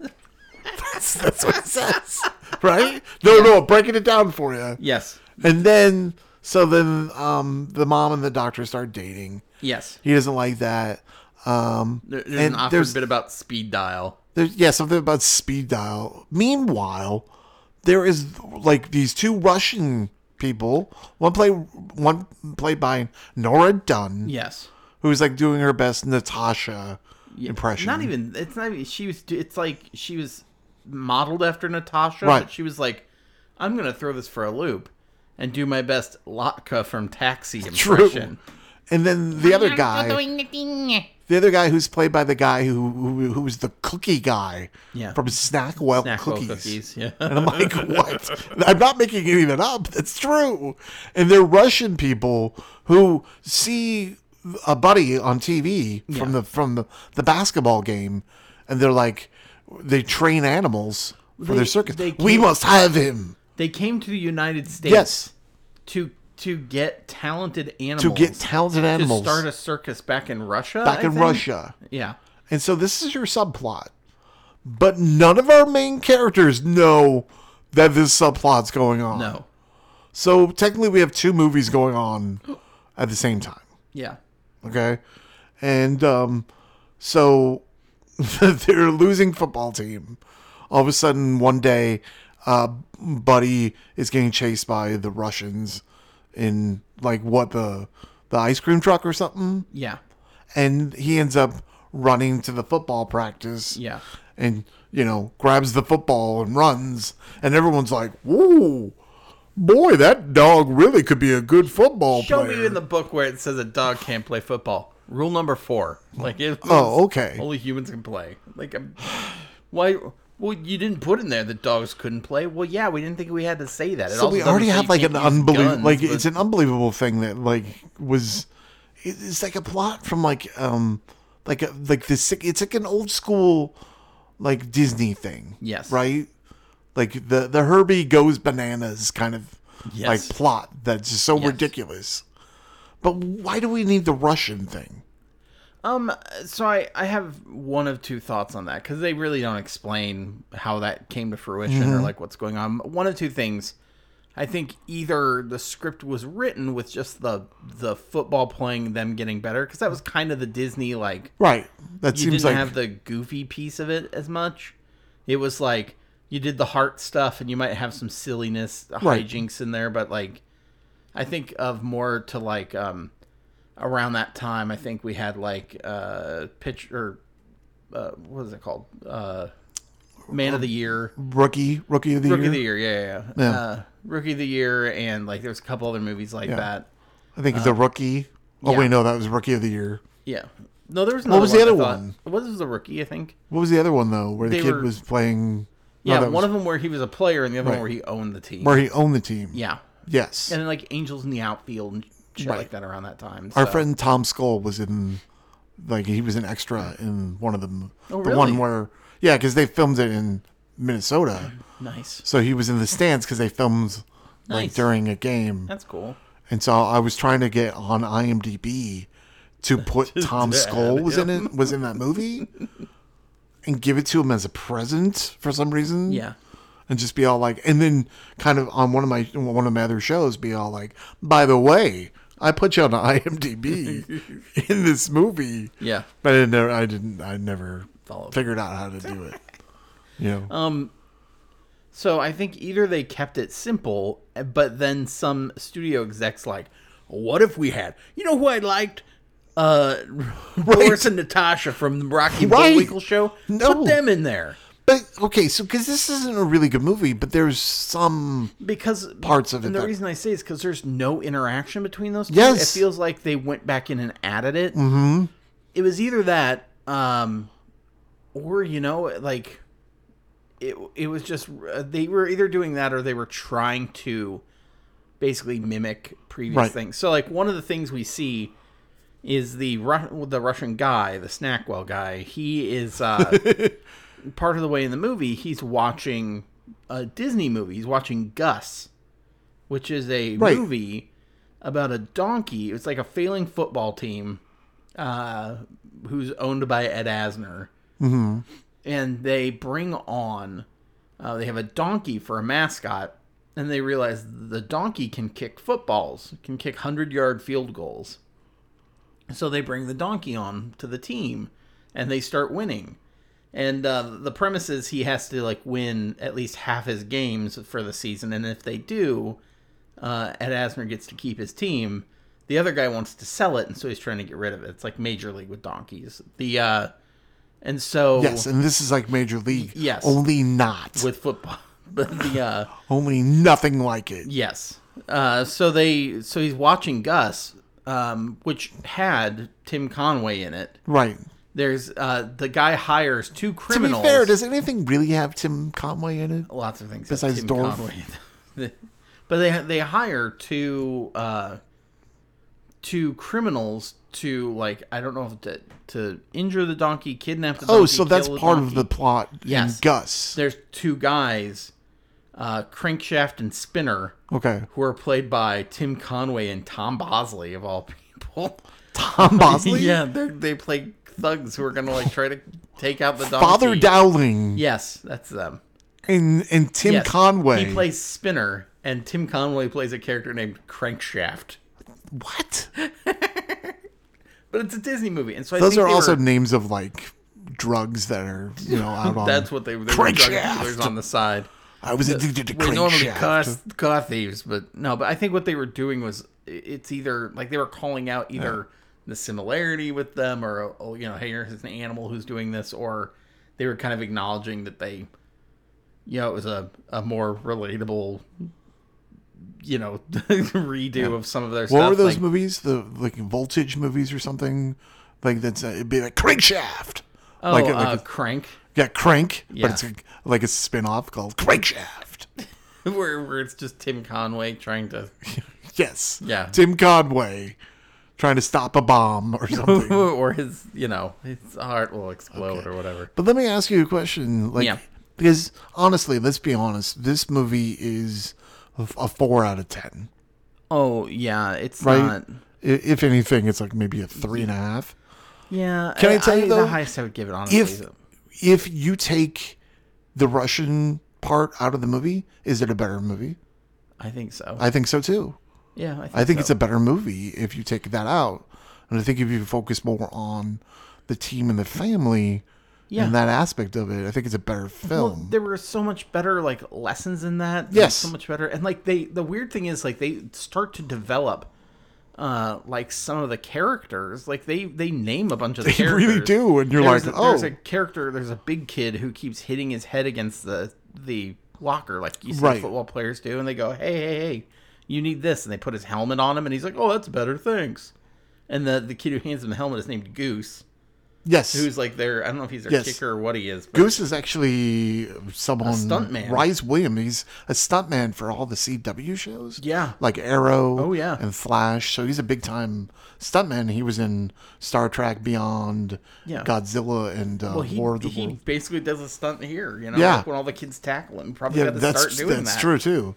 [SPEAKER 1] That's, that's what it says, right? No, no, I'm breaking it down for you.
[SPEAKER 2] yes,
[SPEAKER 1] And then, so then, um, the mom and the doctor start dating.
[SPEAKER 2] yes.
[SPEAKER 1] He doesn't like that. Um,
[SPEAKER 2] There, there's
[SPEAKER 1] and
[SPEAKER 2] an awkward
[SPEAKER 1] there's
[SPEAKER 2] bit about speed dial.
[SPEAKER 1] There's, yeah, something about speed dial. Meanwhile, there is like these two Russian people. One play one played by Nora Dunn,
[SPEAKER 2] Yes.
[SPEAKER 1] who's like doing her best Natasha
[SPEAKER 2] Yeah,
[SPEAKER 1] impression.
[SPEAKER 2] Not even. It's not even. She was. It's like she was modeled after Natasha,
[SPEAKER 1] Right.
[SPEAKER 2] but she was like, "I'm gonna throw this for a loop and do my best Latka from Taxi
[SPEAKER 1] true.
[SPEAKER 2] impression."
[SPEAKER 1] And then the other guy,
[SPEAKER 3] doing the thing.
[SPEAKER 1] the other guy who's played by the guy who who, who was the cookie guy
[SPEAKER 2] Yeah.
[SPEAKER 1] from Snackwell,
[SPEAKER 2] Snack Bowl
[SPEAKER 1] cookies.
[SPEAKER 2] cookies. Yeah.
[SPEAKER 1] And I'm like, what? I'm not making it even up. That's true. And they're Russian people who see a buddy on TV from the from the, the basketball game, and they're like, they train animals for
[SPEAKER 2] They-
[SPEAKER 1] their circus.
[SPEAKER 2] they
[SPEAKER 1] We
[SPEAKER 2] can't-
[SPEAKER 1] must have him.
[SPEAKER 2] they came to the United States.
[SPEAKER 1] Yes,
[SPEAKER 2] To to get talented animals.
[SPEAKER 1] to get talented
[SPEAKER 2] to
[SPEAKER 1] animals
[SPEAKER 2] start a circus back in Russia.
[SPEAKER 1] back
[SPEAKER 2] I
[SPEAKER 1] in
[SPEAKER 2] think?
[SPEAKER 1] Russia.
[SPEAKER 2] Yeah.
[SPEAKER 1] And so this is your subplot. But none of our main characters know that this subplot's going on.
[SPEAKER 2] No.
[SPEAKER 1] So technically, we have two movies going on at the same time.
[SPEAKER 2] Yeah.
[SPEAKER 1] Okay, and um, so they're losing football team. All of a sudden, one day, uh, Buddy is getting chased by the Russians in like what the the ice cream truck or something,
[SPEAKER 2] Yeah.
[SPEAKER 1] and he ends up running to the football practice.
[SPEAKER 2] Yeah.
[SPEAKER 1] and you know grabs the football and runs, and everyone's like, "Whoa, boy, that dog really could be a good football
[SPEAKER 2] Show
[SPEAKER 1] player."
[SPEAKER 2] me in the book where it says a dog can't play football. Rule number four. Like it
[SPEAKER 1] Oh, okay.
[SPEAKER 2] Only humans can play. Like I'm, why? Well, you didn't put in there that dogs couldn't play. Well, yeah, we didn't think we had to say that. It
[SPEAKER 1] So
[SPEAKER 2] also
[SPEAKER 1] we
[SPEAKER 2] doesn't
[SPEAKER 1] already
[SPEAKER 2] say
[SPEAKER 1] have
[SPEAKER 2] you
[SPEAKER 1] like an
[SPEAKER 2] can't use
[SPEAKER 1] unbelievable,
[SPEAKER 2] guns,
[SPEAKER 1] like
[SPEAKER 2] but-
[SPEAKER 1] it's an unbelievable thing that like was, it- it's like a plot from like um, like a, like the sick. It's like an old school, like Disney thing.
[SPEAKER 2] Yes.
[SPEAKER 1] Right. Like the the Herbie goes bananas kind of like
[SPEAKER 2] Yes.
[SPEAKER 1] plot that's just so
[SPEAKER 2] Yes.
[SPEAKER 1] ridiculous. But why do we need the Russian thing?
[SPEAKER 2] um. So I I have one of two thoughts on that because they really don't explain how that came to fruition or
[SPEAKER 1] Mm-hmm.
[SPEAKER 2] like what's going on. One of two things. I think either the script was written with just the the football playing them getting better because that was kind of the Disney like
[SPEAKER 1] Right. That
[SPEAKER 2] you
[SPEAKER 1] seems
[SPEAKER 2] didn't
[SPEAKER 1] like
[SPEAKER 2] have the goofy piece of it as much. It was like you did the heart stuff, and you might have some silliness
[SPEAKER 1] Right.
[SPEAKER 2] hijinks in there, but like I think of more to like um around that time. I think we had like uh pitch or uh, what is it called uh man of the year,
[SPEAKER 1] rookie rookie of the
[SPEAKER 2] rookie
[SPEAKER 1] year.
[SPEAKER 2] of the year, yeah, yeah, yeah.
[SPEAKER 1] Yeah.
[SPEAKER 2] Uh, rookie of the year, and like there's a couple other movies like that.
[SPEAKER 1] I think the rookie. Oh
[SPEAKER 2] Uh, yeah.
[SPEAKER 1] wait, no, that was rookie of the year.
[SPEAKER 2] Yeah. No, there was
[SPEAKER 1] What was the
[SPEAKER 2] another
[SPEAKER 1] other
[SPEAKER 2] I thought-
[SPEAKER 1] one?
[SPEAKER 2] What was the rookie? I think.
[SPEAKER 1] What was the other one though, where the
[SPEAKER 2] They
[SPEAKER 1] kid
[SPEAKER 2] were-
[SPEAKER 1] was playing? no,
[SPEAKER 2] Yeah,
[SPEAKER 1] Oh, that
[SPEAKER 2] one
[SPEAKER 1] was-
[SPEAKER 2] of them where he was a player, and the other
[SPEAKER 1] Right.
[SPEAKER 2] one where he owned the team.
[SPEAKER 1] where he owned the team.
[SPEAKER 2] Yeah,
[SPEAKER 1] Yes.
[SPEAKER 2] and then like Angels in the outfield and shit
[SPEAKER 1] Right.
[SPEAKER 2] like that around that time.
[SPEAKER 1] Our
[SPEAKER 2] so-
[SPEAKER 1] friend Tom Skull was in, like he was an extra in one of them.
[SPEAKER 2] Oh,
[SPEAKER 1] the one
[SPEAKER 2] really?
[SPEAKER 1] where yeah, because they filmed it in Minnesota,
[SPEAKER 2] nice.
[SPEAKER 1] so he was in the stands because they filmed like
[SPEAKER 2] Nice.
[SPEAKER 1] during a game.
[SPEAKER 2] That's cool.
[SPEAKER 1] And so I was trying to get on IMDb to put Tom
[SPEAKER 2] to
[SPEAKER 1] Skull
[SPEAKER 2] add
[SPEAKER 1] was in it was in that movie and give it to him as a present for some reason.
[SPEAKER 2] Yeah.
[SPEAKER 1] And just be all like and then kind of on one of my one of my other shows be all like, by the way, I put you on IMDb in this movie.
[SPEAKER 2] Yeah.
[SPEAKER 1] But I never I didn't I never
[SPEAKER 2] Followed.
[SPEAKER 1] figured out how to do it. You know.
[SPEAKER 2] Um. So I think either they kept it simple, eh, but then some studio execs like, what if we had? You know who I liked? Uh, Boris and Natasha from the Rocky
[SPEAKER 1] Right.
[SPEAKER 2] Bullwinkle show.
[SPEAKER 1] No.
[SPEAKER 2] Put them in there
[SPEAKER 1] but okay, so because this isn't a really good movie, but there's some
[SPEAKER 2] because
[SPEAKER 1] Parts of it
[SPEAKER 2] And the
[SPEAKER 1] that-
[SPEAKER 2] reason I say is because there's no interaction between those. Two.
[SPEAKER 1] Yes.
[SPEAKER 2] it feels like they went back in and added it. Mm-hmm. It was either that, um, or you know, like it. It was just uh, they were either doing that or they were trying to basically mimic previous
[SPEAKER 1] Right.
[SPEAKER 2] things. So like one of the things we see is the Ru- the Russian guy, the Snackwell guy. He is uh, part of the way in the movie. He's watching a Disney movie. He's watching Gus, which is a
[SPEAKER 1] Right.
[SPEAKER 2] movie about a donkey. It's like a failing football team uh, who's owned by Ed Asner, mm-hmm. and they bring on. Uh, they have a donkey for a mascot, and they realize the donkey can kick footballs, can kick hundred-yard field goals. So they bring the donkey on to the team and they start winning. And uh, the premise is he has to like win at least half his games for the season, and if they do, uh, Ed Asner gets to keep his team. The other guy wants to sell it, and so he's trying to get rid of it. It's like Major League with donkeys. The uh, and so
[SPEAKER 1] Yes, and this is like Major League.
[SPEAKER 2] Yes.
[SPEAKER 1] Only not.
[SPEAKER 2] with football, but the uh,
[SPEAKER 1] Only nothing like it.
[SPEAKER 2] Yes. Uh, so they so he's watching Gus, um, which had Tim Conway in it.
[SPEAKER 1] Right.
[SPEAKER 2] There's uh, the guy hires
[SPEAKER 1] To
[SPEAKER 2] two
[SPEAKER 1] be
[SPEAKER 2] criminals.
[SPEAKER 1] fair, does anything really have Tim Conway in it?
[SPEAKER 2] lots of things
[SPEAKER 1] Besides
[SPEAKER 2] Tim
[SPEAKER 1] Dorf.
[SPEAKER 2] Conway. but they they hire two uh, two criminals to like I don't know if to, to injure the donkey, kidnap the donkey.
[SPEAKER 1] Oh, so that's
[SPEAKER 2] kill
[SPEAKER 1] part of
[SPEAKER 2] donkey.
[SPEAKER 1] the plot
[SPEAKER 2] Yes.
[SPEAKER 1] in Gus.
[SPEAKER 2] There's two guys, uh, Crankshaft and Spinner,
[SPEAKER 1] Okay.
[SPEAKER 2] who are played by Tim Conway and Tom Bosley of all people.
[SPEAKER 1] Tom Bosley?
[SPEAKER 2] yeah, they they play thugs who are gonna like try to take out the donkey.
[SPEAKER 1] Father Dowling
[SPEAKER 2] Yes, that's them.
[SPEAKER 1] and, and Tim
[SPEAKER 2] Yes.
[SPEAKER 1] Conway.
[SPEAKER 2] He plays Spinner, and Tim Conway plays a character named Crankshaft.
[SPEAKER 1] what?
[SPEAKER 2] But it's a Disney movie, and so I
[SPEAKER 1] Those
[SPEAKER 2] think
[SPEAKER 1] are
[SPEAKER 2] they
[SPEAKER 1] also
[SPEAKER 2] were-
[SPEAKER 1] names of like drugs that are, you know, out on.
[SPEAKER 2] that's what they, they were drug
[SPEAKER 1] Crankshaft.
[SPEAKER 2] dealers on the side.
[SPEAKER 1] I was addicted to
[SPEAKER 2] We normally
[SPEAKER 1] crankshaft.
[SPEAKER 2] cuss car thieves, but no. But I think what they were doing was it's either like they were calling out either the similarity with them, or oh, you know, hey, here's an animal who's doing this, or they were kind of acknowledging that they, you know, it was a a more relatable, you know, redo of some of their
[SPEAKER 1] What
[SPEAKER 2] stuff.
[SPEAKER 1] were those
[SPEAKER 2] like-
[SPEAKER 1] movies? The like voltage movies or something? Like that's uh, it'd be like crankshaft.
[SPEAKER 2] Oh,
[SPEAKER 1] like,
[SPEAKER 2] uh,
[SPEAKER 1] like
[SPEAKER 2] crank.
[SPEAKER 1] yeah, crank.
[SPEAKER 2] yeah.
[SPEAKER 1] But it's like, like a spin-off called Crankshaft.
[SPEAKER 2] Where, where it's just Tim Conway trying to
[SPEAKER 1] Yes.
[SPEAKER 2] Yeah.
[SPEAKER 1] Tim Conway trying to stop a bomb or something.
[SPEAKER 2] or his you know his heart will explode or whatever.
[SPEAKER 1] but let me ask you a question. Like
[SPEAKER 2] Yeah.
[SPEAKER 1] because honestly, let's be honest, this movie is a a four out of ten.
[SPEAKER 2] Oh yeah, it's
[SPEAKER 1] Right?
[SPEAKER 2] not.
[SPEAKER 1] I- If anything, it's like maybe a three and a half.
[SPEAKER 2] Yeah.
[SPEAKER 1] Can I tell you, though,
[SPEAKER 2] the highest I would give it honestly?
[SPEAKER 1] if
[SPEAKER 2] is-
[SPEAKER 1] if you take the Russian part out of the movie, is it a better movie?
[SPEAKER 2] I think so.
[SPEAKER 1] I think so too.
[SPEAKER 2] yeah, I think,
[SPEAKER 1] I think
[SPEAKER 2] so.
[SPEAKER 1] it's a better movie if you take that out, and I think if you focus more on the team and the family
[SPEAKER 2] Yeah.
[SPEAKER 1] and that aspect of it, I think it's a better
[SPEAKER 2] Well,
[SPEAKER 1] film.
[SPEAKER 2] there were so much better like lessons in that.
[SPEAKER 1] Um,
[SPEAKER 2] There was
[SPEAKER 1] Yes.
[SPEAKER 2] so much better. And like they, the weird thing is like they start to develop, uh, like some of the characters. Like they they name a bunch of the
[SPEAKER 1] you
[SPEAKER 2] characters.
[SPEAKER 1] really do, and you're
[SPEAKER 2] There's,
[SPEAKER 1] like,
[SPEAKER 2] a,
[SPEAKER 1] oh,
[SPEAKER 2] there's a character. There's a big kid who keeps hitting his head against the the locker, like you see
[SPEAKER 1] Right.
[SPEAKER 2] football players do, and they go, "Hey, hey, hey, you need this," and they put his helmet on him, and he's like, "Oh, that's better, thanks." And the the kid who hands him the helmet is named Goose,
[SPEAKER 1] yes.
[SPEAKER 2] who's like their I don't know if he's their
[SPEAKER 1] Yes.
[SPEAKER 2] kicker or what he is. But
[SPEAKER 1] Goose is actually someone.
[SPEAKER 2] stuntman.
[SPEAKER 1] Rise William. He's a stuntman for all the CW shows.
[SPEAKER 2] Yeah.
[SPEAKER 1] Like Arrow.
[SPEAKER 2] Oh, yeah.
[SPEAKER 1] And Flash. So he's a big time stuntman. He was in Star Trek Beyond,
[SPEAKER 2] Yeah.
[SPEAKER 1] Godzilla, and uh,
[SPEAKER 2] Well, he,
[SPEAKER 1] War of the
[SPEAKER 2] he
[SPEAKER 1] Worlds.
[SPEAKER 2] basically does a stunt here, you know,
[SPEAKER 1] Yeah.
[SPEAKER 2] like when all the kids tackle him. Probably
[SPEAKER 1] Yeah,
[SPEAKER 2] got to
[SPEAKER 1] that's
[SPEAKER 2] start doing
[SPEAKER 1] that's
[SPEAKER 2] that.
[SPEAKER 1] true too.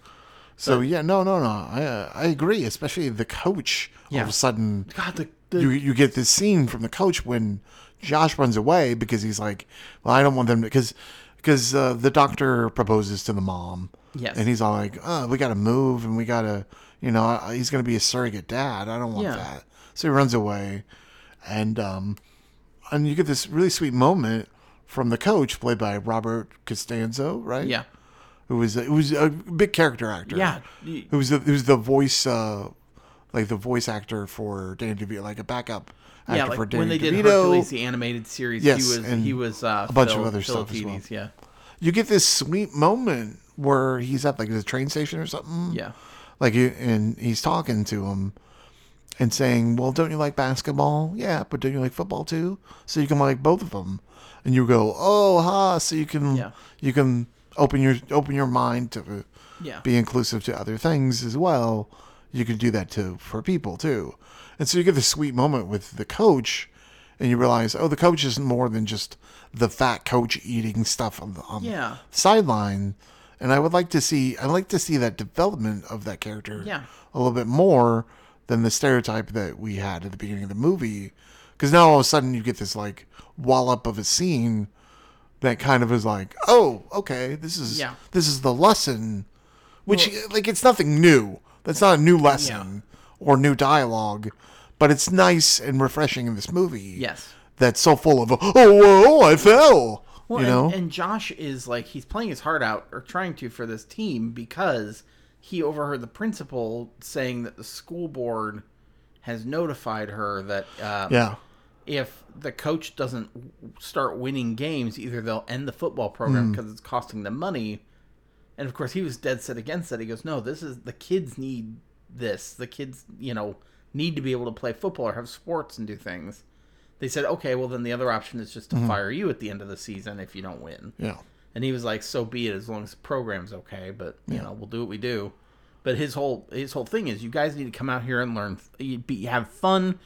[SPEAKER 1] So yeah, no, no, no. I uh, I agree. Especially the coach. All of
[SPEAKER 2] Yeah.
[SPEAKER 1] a sudden,
[SPEAKER 2] God, the, the
[SPEAKER 1] you you get this scene from the coach when Josh runs away because he's like, "Well, I don't want them to," because because uh, the doctor proposes to the mom,
[SPEAKER 2] Yes.
[SPEAKER 1] and he's all like, "Oh, we got to move, and we got to, you know, I- he's going to be a surrogate dad. I don't want
[SPEAKER 2] Yeah.
[SPEAKER 1] that." So he runs away, and um, and you get this really sweet moment from the coach, played by Robert Costanzo, right?
[SPEAKER 2] yeah,
[SPEAKER 1] who was who was a big character actor.
[SPEAKER 2] Yeah. Y-
[SPEAKER 1] who was the, who was the voice, uh, like the voice actor for Danny DeVito, like a backup actor
[SPEAKER 2] yeah.
[SPEAKER 1] for
[SPEAKER 2] Like
[SPEAKER 1] Danny
[SPEAKER 2] when they did
[SPEAKER 1] DeVito.
[SPEAKER 2] Hercules, the animated series,
[SPEAKER 1] Yes,
[SPEAKER 2] he was
[SPEAKER 1] and
[SPEAKER 2] he was uh,
[SPEAKER 1] a bunch of
[SPEAKER 2] Phil-
[SPEAKER 1] other stuff as well.
[SPEAKER 2] Philippides, Yeah,
[SPEAKER 1] you get this sweet moment where he's at like the train station or something.
[SPEAKER 2] yeah,
[SPEAKER 1] like you, and he's talking to him. And saying, "Well, don't you like basketball? Yeah, but don't you like football too? So you can like both of them." And you go, "Oh, ha!" So you can
[SPEAKER 2] Yeah.
[SPEAKER 1] you can open your open your mind to
[SPEAKER 2] yeah.
[SPEAKER 1] be inclusive to other things as well. You can do that to for people too. And so you get this sweet moment with the coach and you realize, oh, the coach isn't more than just the fat coach eating stuff on the on the
[SPEAKER 2] Yeah.
[SPEAKER 1] sideline. And I would like to see I would like to see that development of that character
[SPEAKER 2] Yeah.
[SPEAKER 1] a little bit more than the stereotype that we had at the beginning of the movie. Because now all of a sudden you get this like wallop of a scene that kind of is like, oh, okay, this is
[SPEAKER 2] Yeah.
[SPEAKER 1] this is the lesson, which like it's nothing new. That's not a new lesson or new dialogue, but it's nice and refreshing in this movie.
[SPEAKER 2] Yes.
[SPEAKER 1] that's so full of oh, whoa, I fell.
[SPEAKER 2] Well,
[SPEAKER 1] you
[SPEAKER 2] and,
[SPEAKER 1] know?
[SPEAKER 2] and Josh is like he's playing his heart out or trying to for this team because he overheard the principal saying that the school board has notified her that um,
[SPEAKER 1] yeah.
[SPEAKER 2] if the coach doesn't w- start winning games, either they'll end the football program because it's costing them money. And of course, he was dead set against that. He goes, "No, this is the kids need this. The kids, you know, need to be able to play football or have sports and do things." They said, "Okay, well then the other option is just to fire you at the end of the season if you don't win."
[SPEAKER 1] Yeah.
[SPEAKER 2] And he was like, "So be it, as long as the program's okay." But you know, we'll do what we do. But his whole his whole thing is, you guys need to come out here and learn, you be, have fun,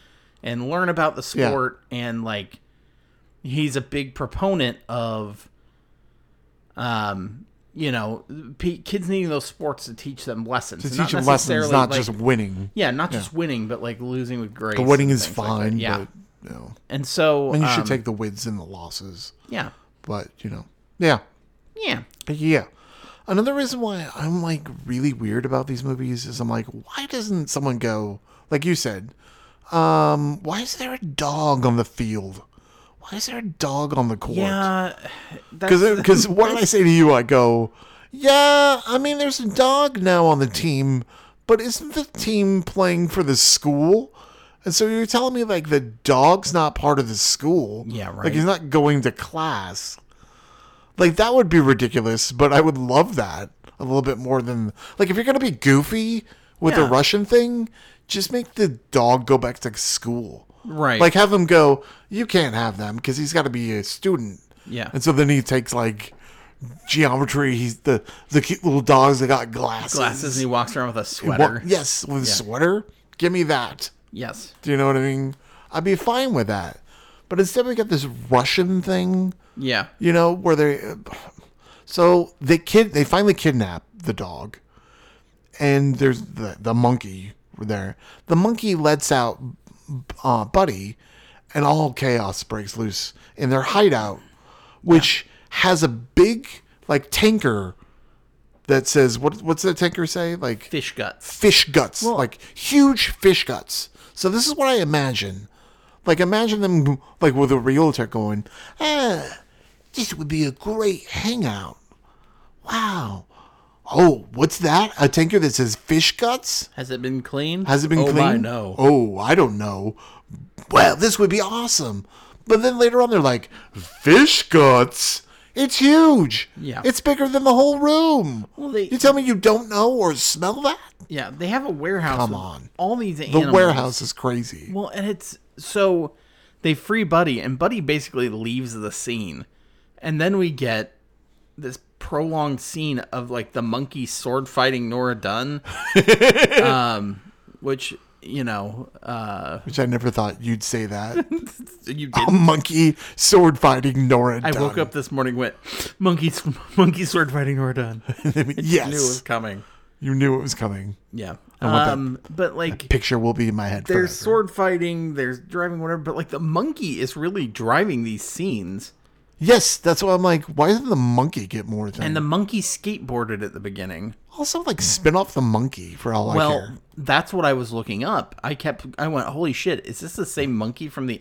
[SPEAKER 2] and learn about the
[SPEAKER 1] Yeah.
[SPEAKER 2] sport. And like, he's a big proponent of, um, you know, p- kids needing those sports to teach them lessons,
[SPEAKER 1] To
[SPEAKER 2] and
[SPEAKER 1] teach them lessons,
[SPEAKER 2] necessarily,
[SPEAKER 1] not
[SPEAKER 2] like-
[SPEAKER 1] just winning.
[SPEAKER 2] yeah, not just winning, but like losing with grace.
[SPEAKER 1] The winning
[SPEAKER 2] and
[SPEAKER 1] is
[SPEAKER 2] things like that.
[SPEAKER 1] fine,
[SPEAKER 2] yeah,
[SPEAKER 1] but you know,
[SPEAKER 2] and so
[SPEAKER 1] and you should
[SPEAKER 2] um,
[SPEAKER 1] take the wins and the losses.
[SPEAKER 2] yeah,
[SPEAKER 1] But you know, yeah,
[SPEAKER 2] yeah.
[SPEAKER 1] yeah. Another reason why I'm like really weird about these movies is I'm like, why doesn't someone go like you said? Um, why is there a dog on the field? Why is there a dog on the court?
[SPEAKER 2] Yeah, that's-
[SPEAKER 1] Because what did I say to you? I go, yeah, I mean, there's a dog now on the team, but isn't the team playing for the school? And so you're telling me, like, the dog's not part of the school.
[SPEAKER 2] Yeah,
[SPEAKER 1] Like, he's not going to class. Like, that would be ridiculous, but I would love that a little bit more than, like, if you're going to be goofy with the
[SPEAKER 2] Yeah.
[SPEAKER 1] Russian thing, just make the dog go back to school.
[SPEAKER 2] right?
[SPEAKER 1] Like, have him go, you can't have them because he's got to be a student.
[SPEAKER 2] yeah,
[SPEAKER 1] And so then he takes like geometry. He's the the cute little dogs that got glasses.
[SPEAKER 2] glasses and he walks around with a
[SPEAKER 1] What-
[SPEAKER 2] sweater.
[SPEAKER 1] yes, with a sweater. Give me that.
[SPEAKER 2] Yes.
[SPEAKER 1] Do you know what I mean? I'd be fine with that. But instead we got this Russian thing,
[SPEAKER 2] Yeah.
[SPEAKER 1] you know, where they so they kid they finally kidnap the dog. And there's the the monkey there. The monkey lets out uh, Buddy, and all chaos breaks loose in their hideout, which has a big like tanker that says what what's the tanker say like
[SPEAKER 2] Fish guts.
[SPEAKER 1] fish guts, like huge fish guts. So this is what I imagine. Like imagine them like with a realtor going, ah, this would be a great hangout. Wow. Oh, what's that? A tanker that says fish guts?
[SPEAKER 2] Has it been cleaned?
[SPEAKER 1] Has it been
[SPEAKER 2] oh,
[SPEAKER 1] cleaned?
[SPEAKER 2] My, no.
[SPEAKER 1] Oh, I don't know. Well, this would be awesome. But then later on, they're like, fish guts. It's huge.
[SPEAKER 2] Yeah.
[SPEAKER 1] It's bigger than the whole room.
[SPEAKER 2] Well, they-
[SPEAKER 1] you tell me you don't know or smell that?
[SPEAKER 2] Yeah, they have a warehouse.
[SPEAKER 1] Come
[SPEAKER 2] with
[SPEAKER 1] on.
[SPEAKER 2] All these
[SPEAKER 1] The
[SPEAKER 2] animals.
[SPEAKER 1] warehouse is crazy.
[SPEAKER 2] Well, and it's so they free Buddy, and Buddy basically leaves the scene, and then we get this prolonged scene of like the monkey sword fighting Nora Dunn, um, which you know uh,
[SPEAKER 1] Which I never thought you'd say that.
[SPEAKER 2] you did.
[SPEAKER 1] A monkey sword fighting Nora.
[SPEAKER 2] I woke up this morning, and went monkey, monkey sword fighting Nora Dunn.
[SPEAKER 1] yes,
[SPEAKER 2] Knew it was coming.
[SPEAKER 1] you knew it was coming.
[SPEAKER 2] Yeah.
[SPEAKER 1] want that-
[SPEAKER 2] Um, but like
[SPEAKER 1] Picture will be in my head.
[SPEAKER 2] there's
[SPEAKER 1] forever.
[SPEAKER 2] sword fighting, there's driving, whatever. But like the monkey is really driving these scenes,
[SPEAKER 1] Yes, that's why I'm like, why doesn't the monkey get more attention?
[SPEAKER 2] and the monkey skateboarded at the beginning.
[SPEAKER 1] also, like, spin off the monkey for all I
[SPEAKER 2] well,
[SPEAKER 1] care.
[SPEAKER 2] that's what I was looking up. I kept, I went, holy shit, is this the same monkey from the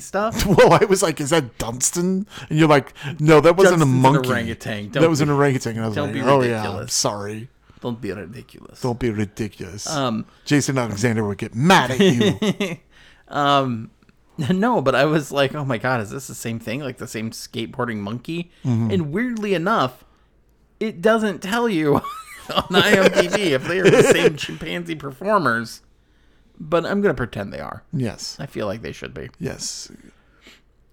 [SPEAKER 2] stuff?
[SPEAKER 1] Well, I was like, "Is that Dunstan?" And you're like, "No, that wasn't a
[SPEAKER 2] Dunstan's an
[SPEAKER 1] monkey.
[SPEAKER 2] orangutan. Don't
[SPEAKER 1] That was
[SPEAKER 2] be-
[SPEAKER 1] an orangutan." And I was
[SPEAKER 2] don't
[SPEAKER 1] like,
[SPEAKER 2] be
[SPEAKER 1] "Oh yeah, I'm
[SPEAKER 2] ridiculous."
[SPEAKER 1] sorry.
[SPEAKER 2] Don't be ridiculous.
[SPEAKER 1] Don't be ridiculous."
[SPEAKER 2] Um,
[SPEAKER 1] Jason Alexander would get mad at you.
[SPEAKER 2] Um, no, but I was like, oh my god, is this the same thing? Like the same skateboarding monkey?
[SPEAKER 1] Mm-hmm.
[SPEAKER 2] And weirdly enough, it doesn't tell you on IMDb if they are the same chimpanzee performers. But I'm gonna pretend they are.
[SPEAKER 1] yes,
[SPEAKER 2] I feel like they should be.
[SPEAKER 1] yes.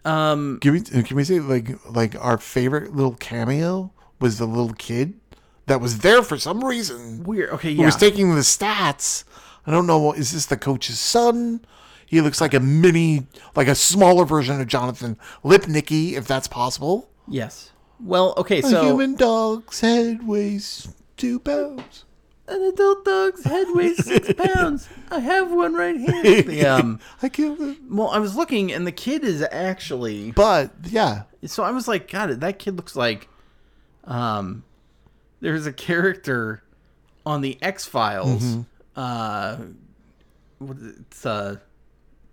[SPEAKER 2] Um,
[SPEAKER 1] Can we can we say like like our favorite little cameo was the little kid that was there for some reason
[SPEAKER 2] weird. Okay,
[SPEAKER 1] who
[SPEAKER 2] yeah.
[SPEAKER 1] was taking the stats. I don't know. what- Is this the coach's son? He looks like a mini, like a smaller version of Jonathan Lipnicki, if that's possible.
[SPEAKER 2] yes. Well, okay,
[SPEAKER 1] a
[SPEAKER 2] so
[SPEAKER 1] human dog's head weighs two pounds.
[SPEAKER 2] an adult dog's head weighs six pounds. I have one right here. The, um,
[SPEAKER 1] I killed him.
[SPEAKER 2] well, I was looking, and the kid is actually
[SPEAKER 1] But yeah,
[SPEAKER 2] so I was like, God, that kid looks like, um, there's a character
[SPEAKER 1] Mm-hmm.
[SPEAKER 2] on the X Files, uh, what is it? it's uh,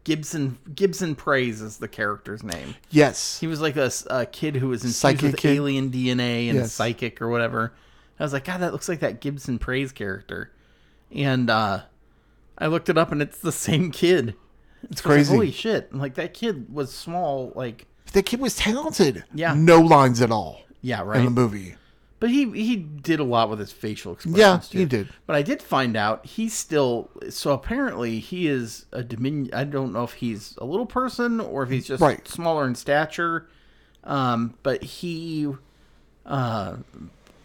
[SPEAKER 2] Gibson Gibson Praise is the character's name.
[SPEAKER 1] Yes.
[SPEAKER 2] He was like a, s- a kid who was infused
[SPEAKER 1] Psychic
[SPEAKER 2] with
[SPEAKER 1] kid?
[SPEAKER 2] alien DNA and
[SPEAKER 1] Yes.
[SPEAKER 2] psychic or whatever. I was like, God, that looks like that Gibson Praise character. And uh, I looked it up, and it's the same kid. It's
[SPEAKER 1] crazy.
[SPEAKER 2] Holy shit! I'm like that kid was small. Like
[SPEAKER 1] The kid was talented.
[SPEAKER 2] Yeah.
[SPEAKER 1] No lines at all
[SPEAKER 2] yeah,
[SPEAKER 1] in
[SPEAKER 2] right.
[SPEAKER 1] the movie.
[SPEAKER 2] But he he did a lot with his facial expressions.
[SPEAKER 1] Yeah,
[SPEAKER 2] too.
[SPEAKER 1] he did.
[SPEAKER 2] But I did find out he's still so apparently he is a dominion. I don't know if he's a little person or if he's just
[SPEAKER 1] Right.
[SPEAKER 2] smaller in stature. Um, but he uh,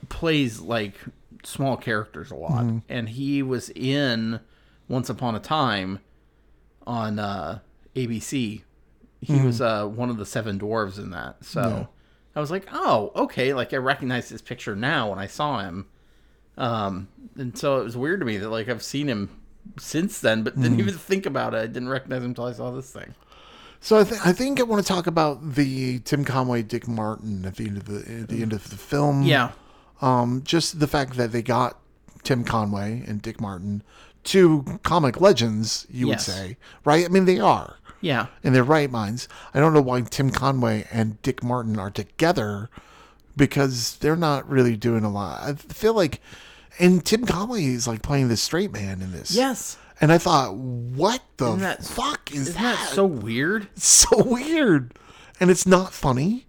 [SPEAKER 2] plays like small characters a lot, and he was in Once Upon a Time on uh, ABC. He was uh, one of the seven dwarves in that. So I was like, oh, okay. Like I recognize his picture now when I saw him. Um, and so it was weird to me that like I've seen him since then, but
[SPEAKER 1] Hmm.
[SPEAKER 2] didn't even think about it. I didn't recognize him until I saw this thing.
[SPEAKER 1] So I, th- I think I want to talk about the Tim Conway, Dick Martin at the end of the at the end of the film.
[SPEAKER 2] Yeah.
[SPEAKER 1] Um, just the fact that they got Tim Conway and Dick Martin, two comic legends, you
[SPEAKER 2] Yes.
[SPEAKER 1] would say, right? I mean, they are
[SPEAKER 2] Yeah.
[SPEAKER 1] in their right minds. I don't know why Tim Conway and Dick Martin are together because they're not really doing a lot. I feel like, and Tim Conway is like playing the straight man in this.
[SPEAKER 2] Yes.
[SPEAKER 1] And I thought, what the
[SPEAKER 2] Isn't that-
[SPEAKER 1] fuck is
[SPEAKER 2] Isn't that so weird?
[SPEAKER 1] so weird and it's not funny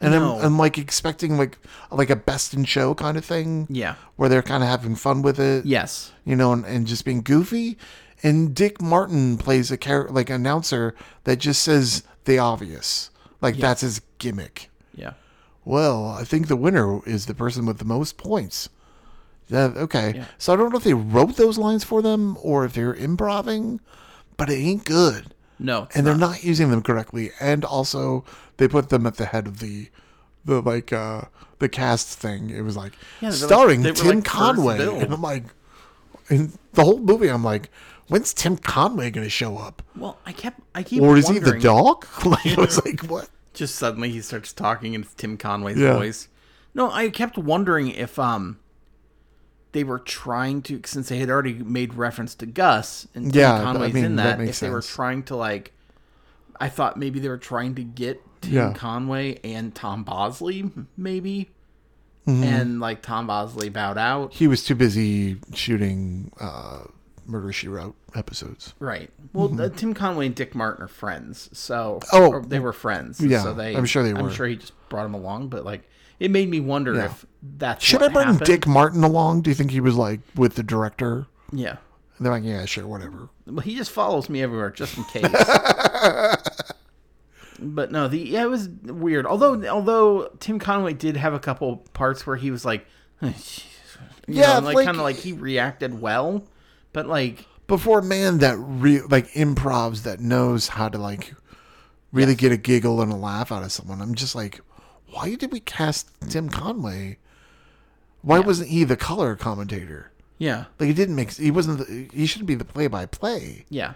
[SPEAKER 1] and
[SPEAKER 2] No.
[SPEAKER 1] I'm, I'm like expecting like like a best in show kind of thing
[SPEAKER 2] Yeah.
[SPEAKER 1] where they're kind of having fun with it
[SPEAKER 2] Yes.
[SPEAKER 1] you know and, and just being goofy and dick martin plays a character like announcer that just says the obvious like that's his gimmick
[SPEAKER 2] Yeah.
[SPEAKER 1] well i think the winner is the person with the most points yeah, okay so i don't know if they wrote those lines for them or if they're improving but it ain't good
[SPEAKER 2] No. it's
[SPEAKER 1] and they're not using them correctly. And also, they put them at the head of the, the like uh the cast thing. It was like
[SPEAKER 2] Yeah, they were like-
[SPEAKER 1] starring
[SPEAKER 2] they were
[SPEAKER 1] Tim
[SPEAKER 2] like first
[SPEAKER 1] Conway,
[SPEAKER 2] billed.
[SPEAKER 1] and I'm like, and the whole movie, I'm like, when's Tim Conway gonna show up?
[SPEAKER 2] Well, I kept, I keep.
[SPEAKER 1] Or is he the
[SPEAKER 2] wondering,
[SPEAKER 1] dog? Like I was like, what?
[SPEAKER 2] Just suddenly he starts talking in Tim Conway's
[SPEAKER 1] Yeah.
[SPEAKER 2] voice. No, I kept wondering if um, they were trying to since they had already made reference to Gus and Tim
[SPEAKER 1] Yeah, I
[SPEAKER 2] Conway's
[SPEAKER 1] mean,
[SPEAKER 2] in
[SPEAKER 1] that
[SPEAKER 2] that.
[SPEAKER 1] makes
[SPEAKER 2] if they were
[SPEAKER 1] sense.
[SPEAKER 2] trying to like, I thought maybe they were trying to get Tim
[SPEAKER 1] Yeah.
[SPEAKER 2] Conway and Tom Bosley maybe,
[SPEAKER 1] Mm-hmm.
[SPEAKER 2] and like Tom Bosley bowed out.
[SPEAKER 1] He was too busy shooting uh Murder She Wrote episodes.
[SPEAKER 2] Right. Well, uh, Tim Conway and Dick Martin are friends, so
[SPEAKER 1] Mm-hmm. Oh.
[SPEAKER 2] or they were friends.
[SPEAKER 1] Yeah,
[SPEAKER 2] so they,
[SPEAKER 1] I'm sure they
[SPEAKER 2] I'm
[SPEAKER 1] were.
[SPEAKER 2] sure he just brought him along, but like it made me wonder if that's
[SPEAKER 1] Should
[SPEAKER 2] what
[SPEAKER 1] I bring
[SPEAKER 2] happened.
[SPEAKER 1] Dick Martin along? Do you think he was like with the director?
[SPEAKER 2] Yeah.
[SPEAKER 1] And they're like, yeah, sure, whatever.
[SPEAKER 2] Well, he just follows me everywhere just in case. but no, the yeah, it was weird. Although although Tim Conway did have a couple parts where he was like, you
[SPEAKER 1] Yeah,
[SPEAKER 2] know, like,
[SPEAKER 1] like-
[SPEAKER 2] kind of like he reacted well, but like
[SPEAKER 1] but for a man that re- like improvs that knows how to like really get a giggle and a laugh out of someone i'm just like why did we cast tim conway why wasn't he the color commentator
[SPEAKER 2] yeah,
[SPEAKER 1] like it didn't make he wasn't the, he shouldn't be the play-by-play
[SPEAKER 2] yeah.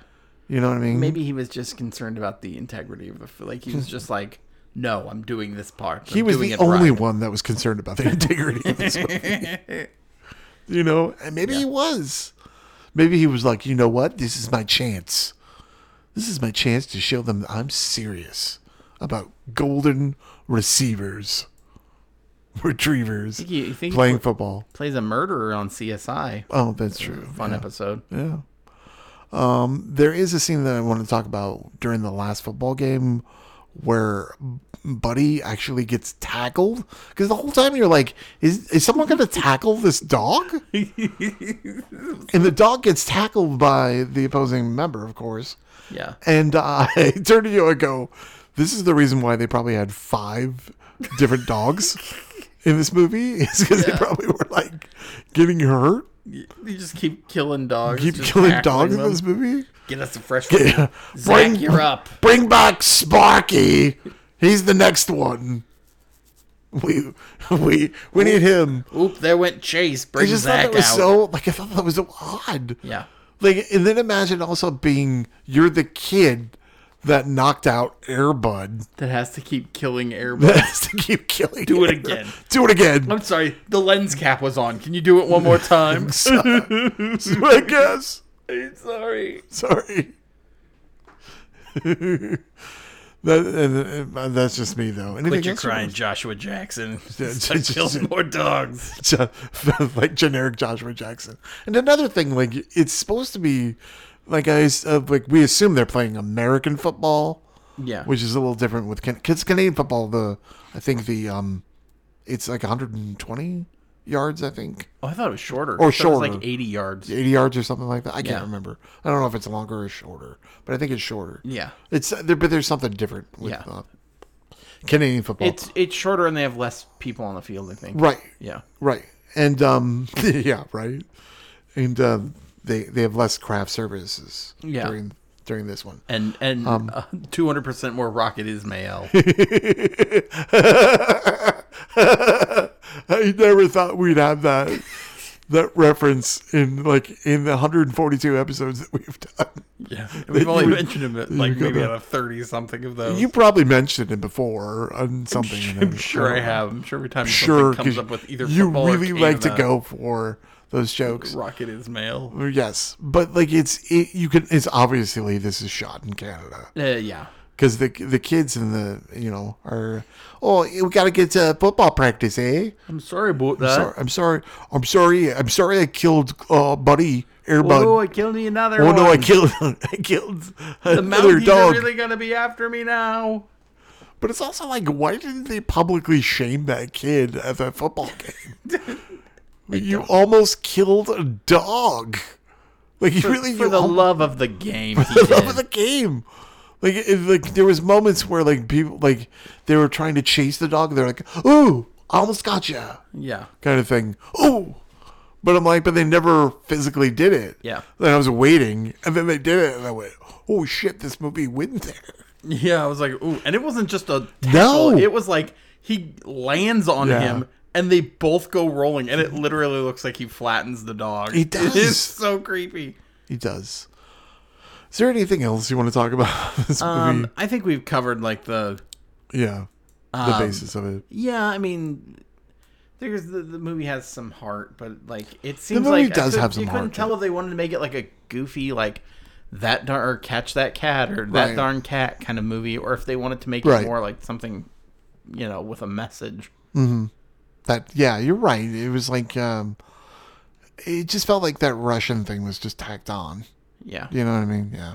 [SPEAKER 1] you know what i mean
[SPEAKER 2] Maybe he was just concerned about the integrity of the f- like he was just like, no, I'm doing this part.
[SPEAKER 1] Hmm. he
[SPEAKER 2] I'm
[SPEAKER 1] was
[SPEAKER 2] doing
[SPEAKER 1] the
[SPEAKER 2] it
[SPEAKER 1] only
[SPEAKER 2] right."
[SPEAKER 1] one that was concerned about the integrity of this movie. you know, and maybe he was. Maybe he was like, you know what? This is my chance. This is my chance to show them that I'm serious about golden receivers, retrievers,
[SPEAKER 2] You- you think he
[SPEAKER 1] playing football.
[SPEAKER 2] plays a murderer on CSI.
[SPEAKER 1] Oh, that's true.
[SPEAKER 2] Fun episode.
[SPEAKER 1] Yeah. Um, there is a scene that I want to talk about during the last football game where Buddy actually gets tackled because the whole time you're like, is is someone going to tackle this dog? and the dog gets tackled by the opposing member, of course.
[SPEAKER 2] Yeah.
[SPEAKER 1] And uh, I turn to you and go, "This is the reason why they probably had five different dogs in this movie is because they probably were like getting hurt."
[SPEAKER 2] You you just keep killing dogs.
[SPEAKER 1] Keep
[SPEAKER 2] just
[SPEAKER 1] killing
[SPEAKER 2] tackling
[SPEAKER 1] dogs
[SPEAKER 2] them.
[SPEAKER 1] in this movie.
[SPEAKER 2] Get us a fresh one. Zach,
[SPEAKER 1] Bring-
[SPEAKER 2] you're up.
[SPEAKER 1] Bring back Sparky. He's the next one. We we we need him.
[SPEAKER 2] Oop, there went
[SPEAKER 1] I
[SPEAKER 2] Chase. Bring
[SPEAKER 1] just
[SPEAKER 2] Zach
[SPEAKER 1] thought that was
[SPEAKER 2] out.
[SPEAKER 1] so like I thought that was so odd.
[SPEAKER 2] yeah.
[SPEAKER 1] Like and then imagine also being you're the kid that knocked out Airbud
[SPEAKER 2] That has to keep killing Airbud.
[SPEAKER 1] that has to keep killing.
[SPEAKER 2] Do it
[SPEAKER 1] Air-
[SPEAKER 2] again.
[SPEAKER 1] Do it again.
[SPEAKER 2] I'm sorry, the lens cap was on. Can you do it one more time?
[SPEAKER 1] So- so I guess.
[SPEAKER 2] I'm sorry.
[SPEAKER 1] Sorry. that, and, uh, that's just me though. Anything
[SPEAKER 2] But you're
[SPEAKER 1] else you
[SPEAKER 2] crying Joshua Jackson.
[SPEAKER 1] It's
[SPEAKER 2] I killed more dogs.
[SPEAKER 1] Jo- like generic Joshua Jackson. And another thing, like it's supposed to be like I s- uh, like we assume they're playing American football,
[SPEAKER 2] Yeah.
[SPEAKER 1] which is a little different with because Canadian football. The I think the um, it's like 120 yards, I think,
[SPEAKER 2] Oh, I thought it was shorter.
[SPEAKER 1] Or
[SPEAKER 2] I thought it was
[SPEAKER 1] shorter.
[SPEAKER 2] like 80 yards.
[SPEAKER 1] 80 yards or something like that. I
[SPEAKER 2] Yeah.
[SPEAKER 1] can't remember. I don't know if it's longer or shorter, but I think it's shorter.
[SPEAKER 2] Yeah.
[SPEAKER 1] It's there, but there's something different with
[SPEAKER 2] Yeah.
[SPEAKER 1] uh, Canadian football,
[SPEAKER 2] It's it's shorter and they have less people on the field, I think.
[SPEAKER 1] right?
[SPEAKER 2] Yeah.
[SPEAKER 1] Right. And um yeah, right. And uh, they they have less craft services
[SPEAKER 2] Yeah.
[SPEAKER 1] during during this one.
[SPEAKER 2] And and
[SPEAKER 1] Um.
[SPEAKER 2] uh, 200% more Rocket Ismail.
[SPEAKER 1] I never thought we'd have that that reference in like in the 142 episodes that we've done.
[SPEAKER 2] yeah. We've only
[SPEAKER 1] would-
[SPEAKER 2] mentioned him at like
[SPEAKER 1] would go
[SPEAKER 2] maybe
[SPEAKER 1] to-
[SPEAKER 2] out of 30 something of those.
[SPEAKER 1] You probably mentioned it before on something.
[SPEAKER 2] I'm sure I have. I'm sure every time
[SPEAKER 1] Sure,
[SPEAKER 2] something comes
[SPEAKER 1] 'cause
[SPEAKER 2] up with either
[SPEAKER 1] you
[SPEAKER 2] football or
[SPEAKER 1] really like to
[SPEAKER 2] Canada,
[SPEAKER 1] go for those jokes.
[SPEAKER 2] Rocket Ismail.
[SPEAKER 1] Yes, but like it's it, you can it's obviously this is shot in Canada.
[SPEAKER 2] Uh, yeah.
[SPEAKER 1] because the the kids in the you know are oh we gotta get to football practice eh
[SPEAKER 2] I'm sorry about that.
[SPEAKER 1] Sorry- I'm sorry I'm sorry I'm sorry I killed uh, buddy Airbud
[SPEAKER 2] Oh,
[SPEAKER 1] oh,
[SPEAKER 2] I killed me another
[SPEAKER 1] no I
[SPEAKER 2] one.
[SPEAKER 1] killed I killed
[SPEAKER 2] the
[SPEAKER 1] another
[SPEAKER 2] Mounties
[SPEAKER 1] dog
[SPEAKER 2] are really gonna be after me now.
[SPEAKER 1] but it's also like why didn't they publicly shame that kid at that football game you almost killed a dog like you really
[SPEAKER 2] For
[SPEAKER 1] you
[SPEAKER 2] the
[SPEAKER 1] almost-
[SPEAKER 2] love of the game, he
[SPEAKER 1] the love of
[SPEAKER 2] did.
[SPEAKER 1] the game. Like, it, like there was moments where like people like they were trying to chase the dog. They're like, "Ooh, I almost got you,"
[SPEAKER 2] yeah.
[SPEAKER 1] kind of thing. Ooh, but I'm like, but they never physically did it.
[SPEAKER 2] Yeah.
[SPEAKER 1] Then I was waiting, and then they did it, and I went, "Oh shit, this movie went there."
[SPEAKER 2] Yeah, I was like, ooh, and it wasn't just a
[SPEAKER 1] No.
[SPEAKER 2] tackle. It was like he lands on
[SPEAKER 1] Yeah.
[SPEAKER 2] him, and they both go rolling, and it literally looks like he flattens the dog.
[SPEAKER 1] He
[SPEAKER 2] It
[SPEAKER 1] does.
[SPEAKER 2] is so creepy.
[SPEAKER 1] He does. Is there anything else you want to talk about this movie?
[SPEAKER 2] Um, I think we've covered like the
[SPEAKER 1] Yeah, the
[SPEAKER 2] um,
[SPEAKER 1] basis of it.
[SPEAKER 2] yeah. I mean, there's the, the movie has some heart, but like it seems
[SPEAKER 1] movie
[SPEAKER 2] like I
[SPEAKER 1] does
[SPEAKER 2] could-
[SPEAKER 1] have some
[SPEAKER 2] you
[SPEAKER 1] heart
[SPEAKER 2] couldn't
[SPEAKER 1] to
[SPEAKER 2] tell if they wanted to make it like a goofy like that darn or catch that cat or that
[SPEAKER 1] Right.
[SPEAKER 2] darn cat kind of movie, or if they wanted to make
[SPEAKER 1] Right.
[SPEAKER 2] it more like something, you know, with a message.
[SPEAKER 1] That yeah, you're right. It was like um, it just felt like that Russian thing was just tacked on.
[SPEAKER 2] Yeah.
[SPEAKER 1] You know what I mean? Yeah.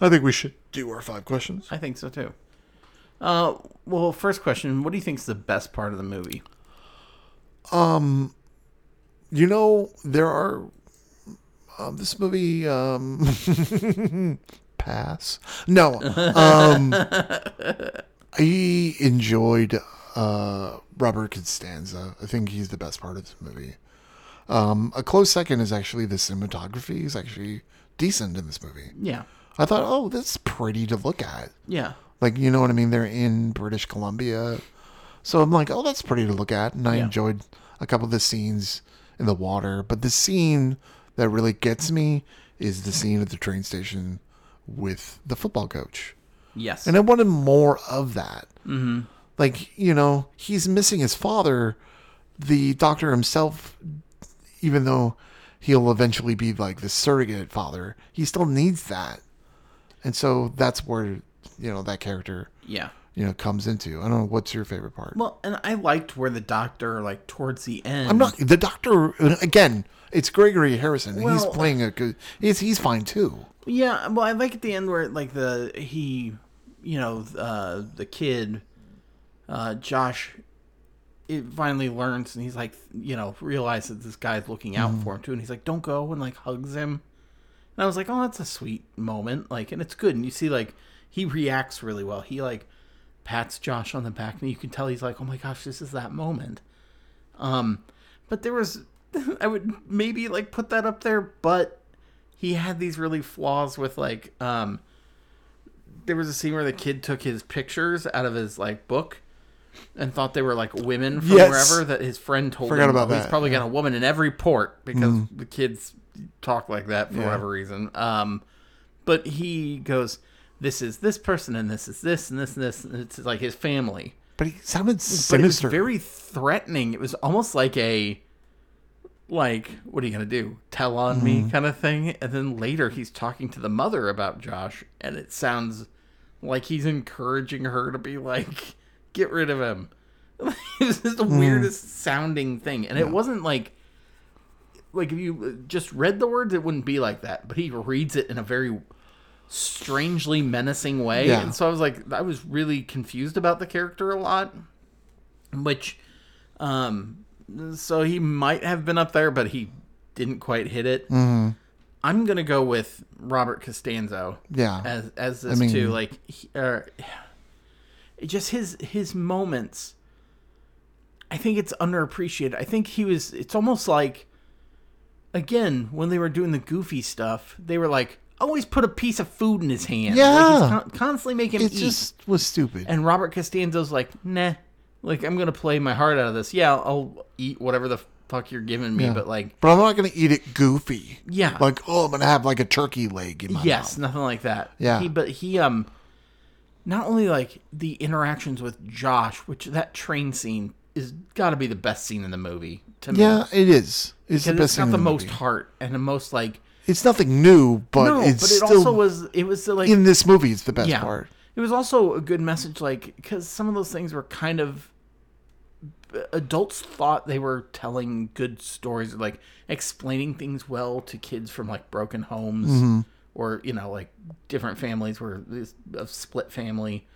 [SPEAKER 1] I think we should do our five questions.
[SPEAKER 2] I think so too. Uh, well, first question: What do you think's the best part of the movie?
[SPEAKER 1] You know, there are um, this movie um, pass. No, um, I enjoyed uh, Robert Constanza. I think he's the best part of this movie. Um, a close second is actually the cinematography is actually decent in this movie.
[SPEAKER 2] Yeah,
[SPEAKER 1] I thought, oh, that's pretty to look at.
[SPEAKER 2] yeah,
[SPEAKER 1] Like, you know what I mean? They're in British Columbia. So I'm like, oh, that's pretty to look at. And I
[SPEAKER 2] Yeah.
[SPEAKER 1] enjoyed a couple of the scenes in the water. But the scene that really gets me is the scene at the train station with the football coach.
[SPEAKER 2] yes,
[SPEAKER 1] And I wanted more of that. Mm-hmm. Like, you know, he's missing his father. The doctor himself, even though he'll eventually be like the surrogate father, he still needs that. And so that's where, you know, that character,
[SPEAKER 2] yeah.
[SPEAKER 1] you know, comes into. I don't know. What's your favorite part?
[SPEAKER 2] Well, and I liked where the doctor, like towards the end,
[SPEAKER 1] I'm not the doctor again. It's Gregory Harrison. and he's
[SPEAKER 2] Well-
[SPEAKER 1] playing a good. He's he's fine too.
[SPEAKER 2] Yeah, well, I like at the end where like the he, you know, uh, the kid, uh, Josh, it finally learns, and he's like, you know, realizes this guy's looking out
[SPEAKER 1] Mm-hmm.
[SPEAKER 2] for him too, and he's like, "Don't go," and like hugs him, and I was like, "Oh, that's a sweet moment," like, and it's good, and you see like he reacts really well. He like pats Josh on the back, and you can tell he's like, "Oh my gosh, this is that moment." Um, but there was, I would maybe like put that up there, but he had these really flaws with like um there was a scene where the kid took his pictures out of his like book and thought they were like women from
[SPEAKER 1] Yes.
[SPEAKER 2] wherever that his friend told
[SPEAKER 1] Forgot
[SPEAKER 2] him
[SPEAKER 1] about
[SPEAKER 2] "Oh, he's
[SPEAKER 1] that,
[SPEAKER 2] probably got a woman in every port because the kids talk like that for whatever reason um but he goes this is this person and this is this and this and this and it's like his family
[SPEAKER 1] But he sounded
[SPEAKER 2] but
[SPEAKER 1] sinister.
[SPEAKER 2] it was very threatening. It was almost like a like what are you gonna do? Tell on me kind of thing. And then later he's talking to the mother about Josh, and it sounds Like he's encouraging her to be like, get rid of him. it was just the
[SPEAKER 1] Hmm.
[SPEAKER 2] weirdest sounding thing, and it wasn't like. Like if you just read the words, it wouldn't be like that. But he reads it in a very strangely menacing way,
[SPEAKER 1] Yeah.
[SPEAKER 2] and so I was like, I was really confused about the character a lot. Which, um, so he might have been up there, but he didn't quite hit it.
[SPEAKER 1] Mm-hmm.
[SPEAKER 2] I'm gonna go with Robert Costanzo
[SPEAKER 1] Yeah.
[SPEAKER 2] as as this
[SPEAKER 1] mean-
[SPEAKER 2] too. Like, he, or, it just his his moments. I think it's underappreciated. I think he was. It's almost like, again, when they were doing the goofy stuff, they were like always put a piece of food in his hand. like
[SPEAKER 1] Yeah.
[SPEAKER 2] he's con- constantly making him
[SPEAKER 1] it
[SPEAKER 2] eat.
[SPEAKER 1] just was stupid.
[SPEAKER 2] And Robert Costanzo's like, nah, like I'm gonna play my heart out of this. Yeah, I'll, I'll eat whatever the fuck you're giving me, but like,
[SPEAKER 1] but I'm not gonna eat it goofy.
[SPEAKER 2] yeah,
[SPEAKER 1] Like, oh, I'm gonna have like a turkey leg in my
[SPEAKER 2] yes, nothing like that.
[SPEAKER 1] Yeah.
[SPEAKER 2] he, but he um, not only like the interactions with Josh, which that train scene is got to be the best scene in the movie to
[SPEAKER 1] mouth.
[SPEAKER 2] me.
[SPEAKER 1] Yeah, it is. It's the
[SPEAKER 2] because
[SPEAKER 1] best
[SPEAKER 2] it's
[SPEAKER 1] thing
[SPEAKER 2] got the
[SPEAKER 1] in
[SPEAKER 2] most
[SPEAKER 1] movie.
[SPEAKER 2] heart and the most like
[SPEAKER 1] It's nothing new, but
[SPEAKER 2] no,
[SPEAKER 1] it's
[SPEAKER 2] but it
[SPEAKER 1] still
[SPEAKER 2] also was it was the, like
[SPEAKER 1] in this movie. It's the best
[SPEAKER 2] yeah.
[SPEAKER 1] part.
[SPEAKER 2] It was also a good message, like because some of those things were kind of adults thought they were telling good stories, like explaining things well to kids from like broken homes
[SPEAKER 1] Mm-hmm.
[SPEAKER 2] or you know like different families where this a split family.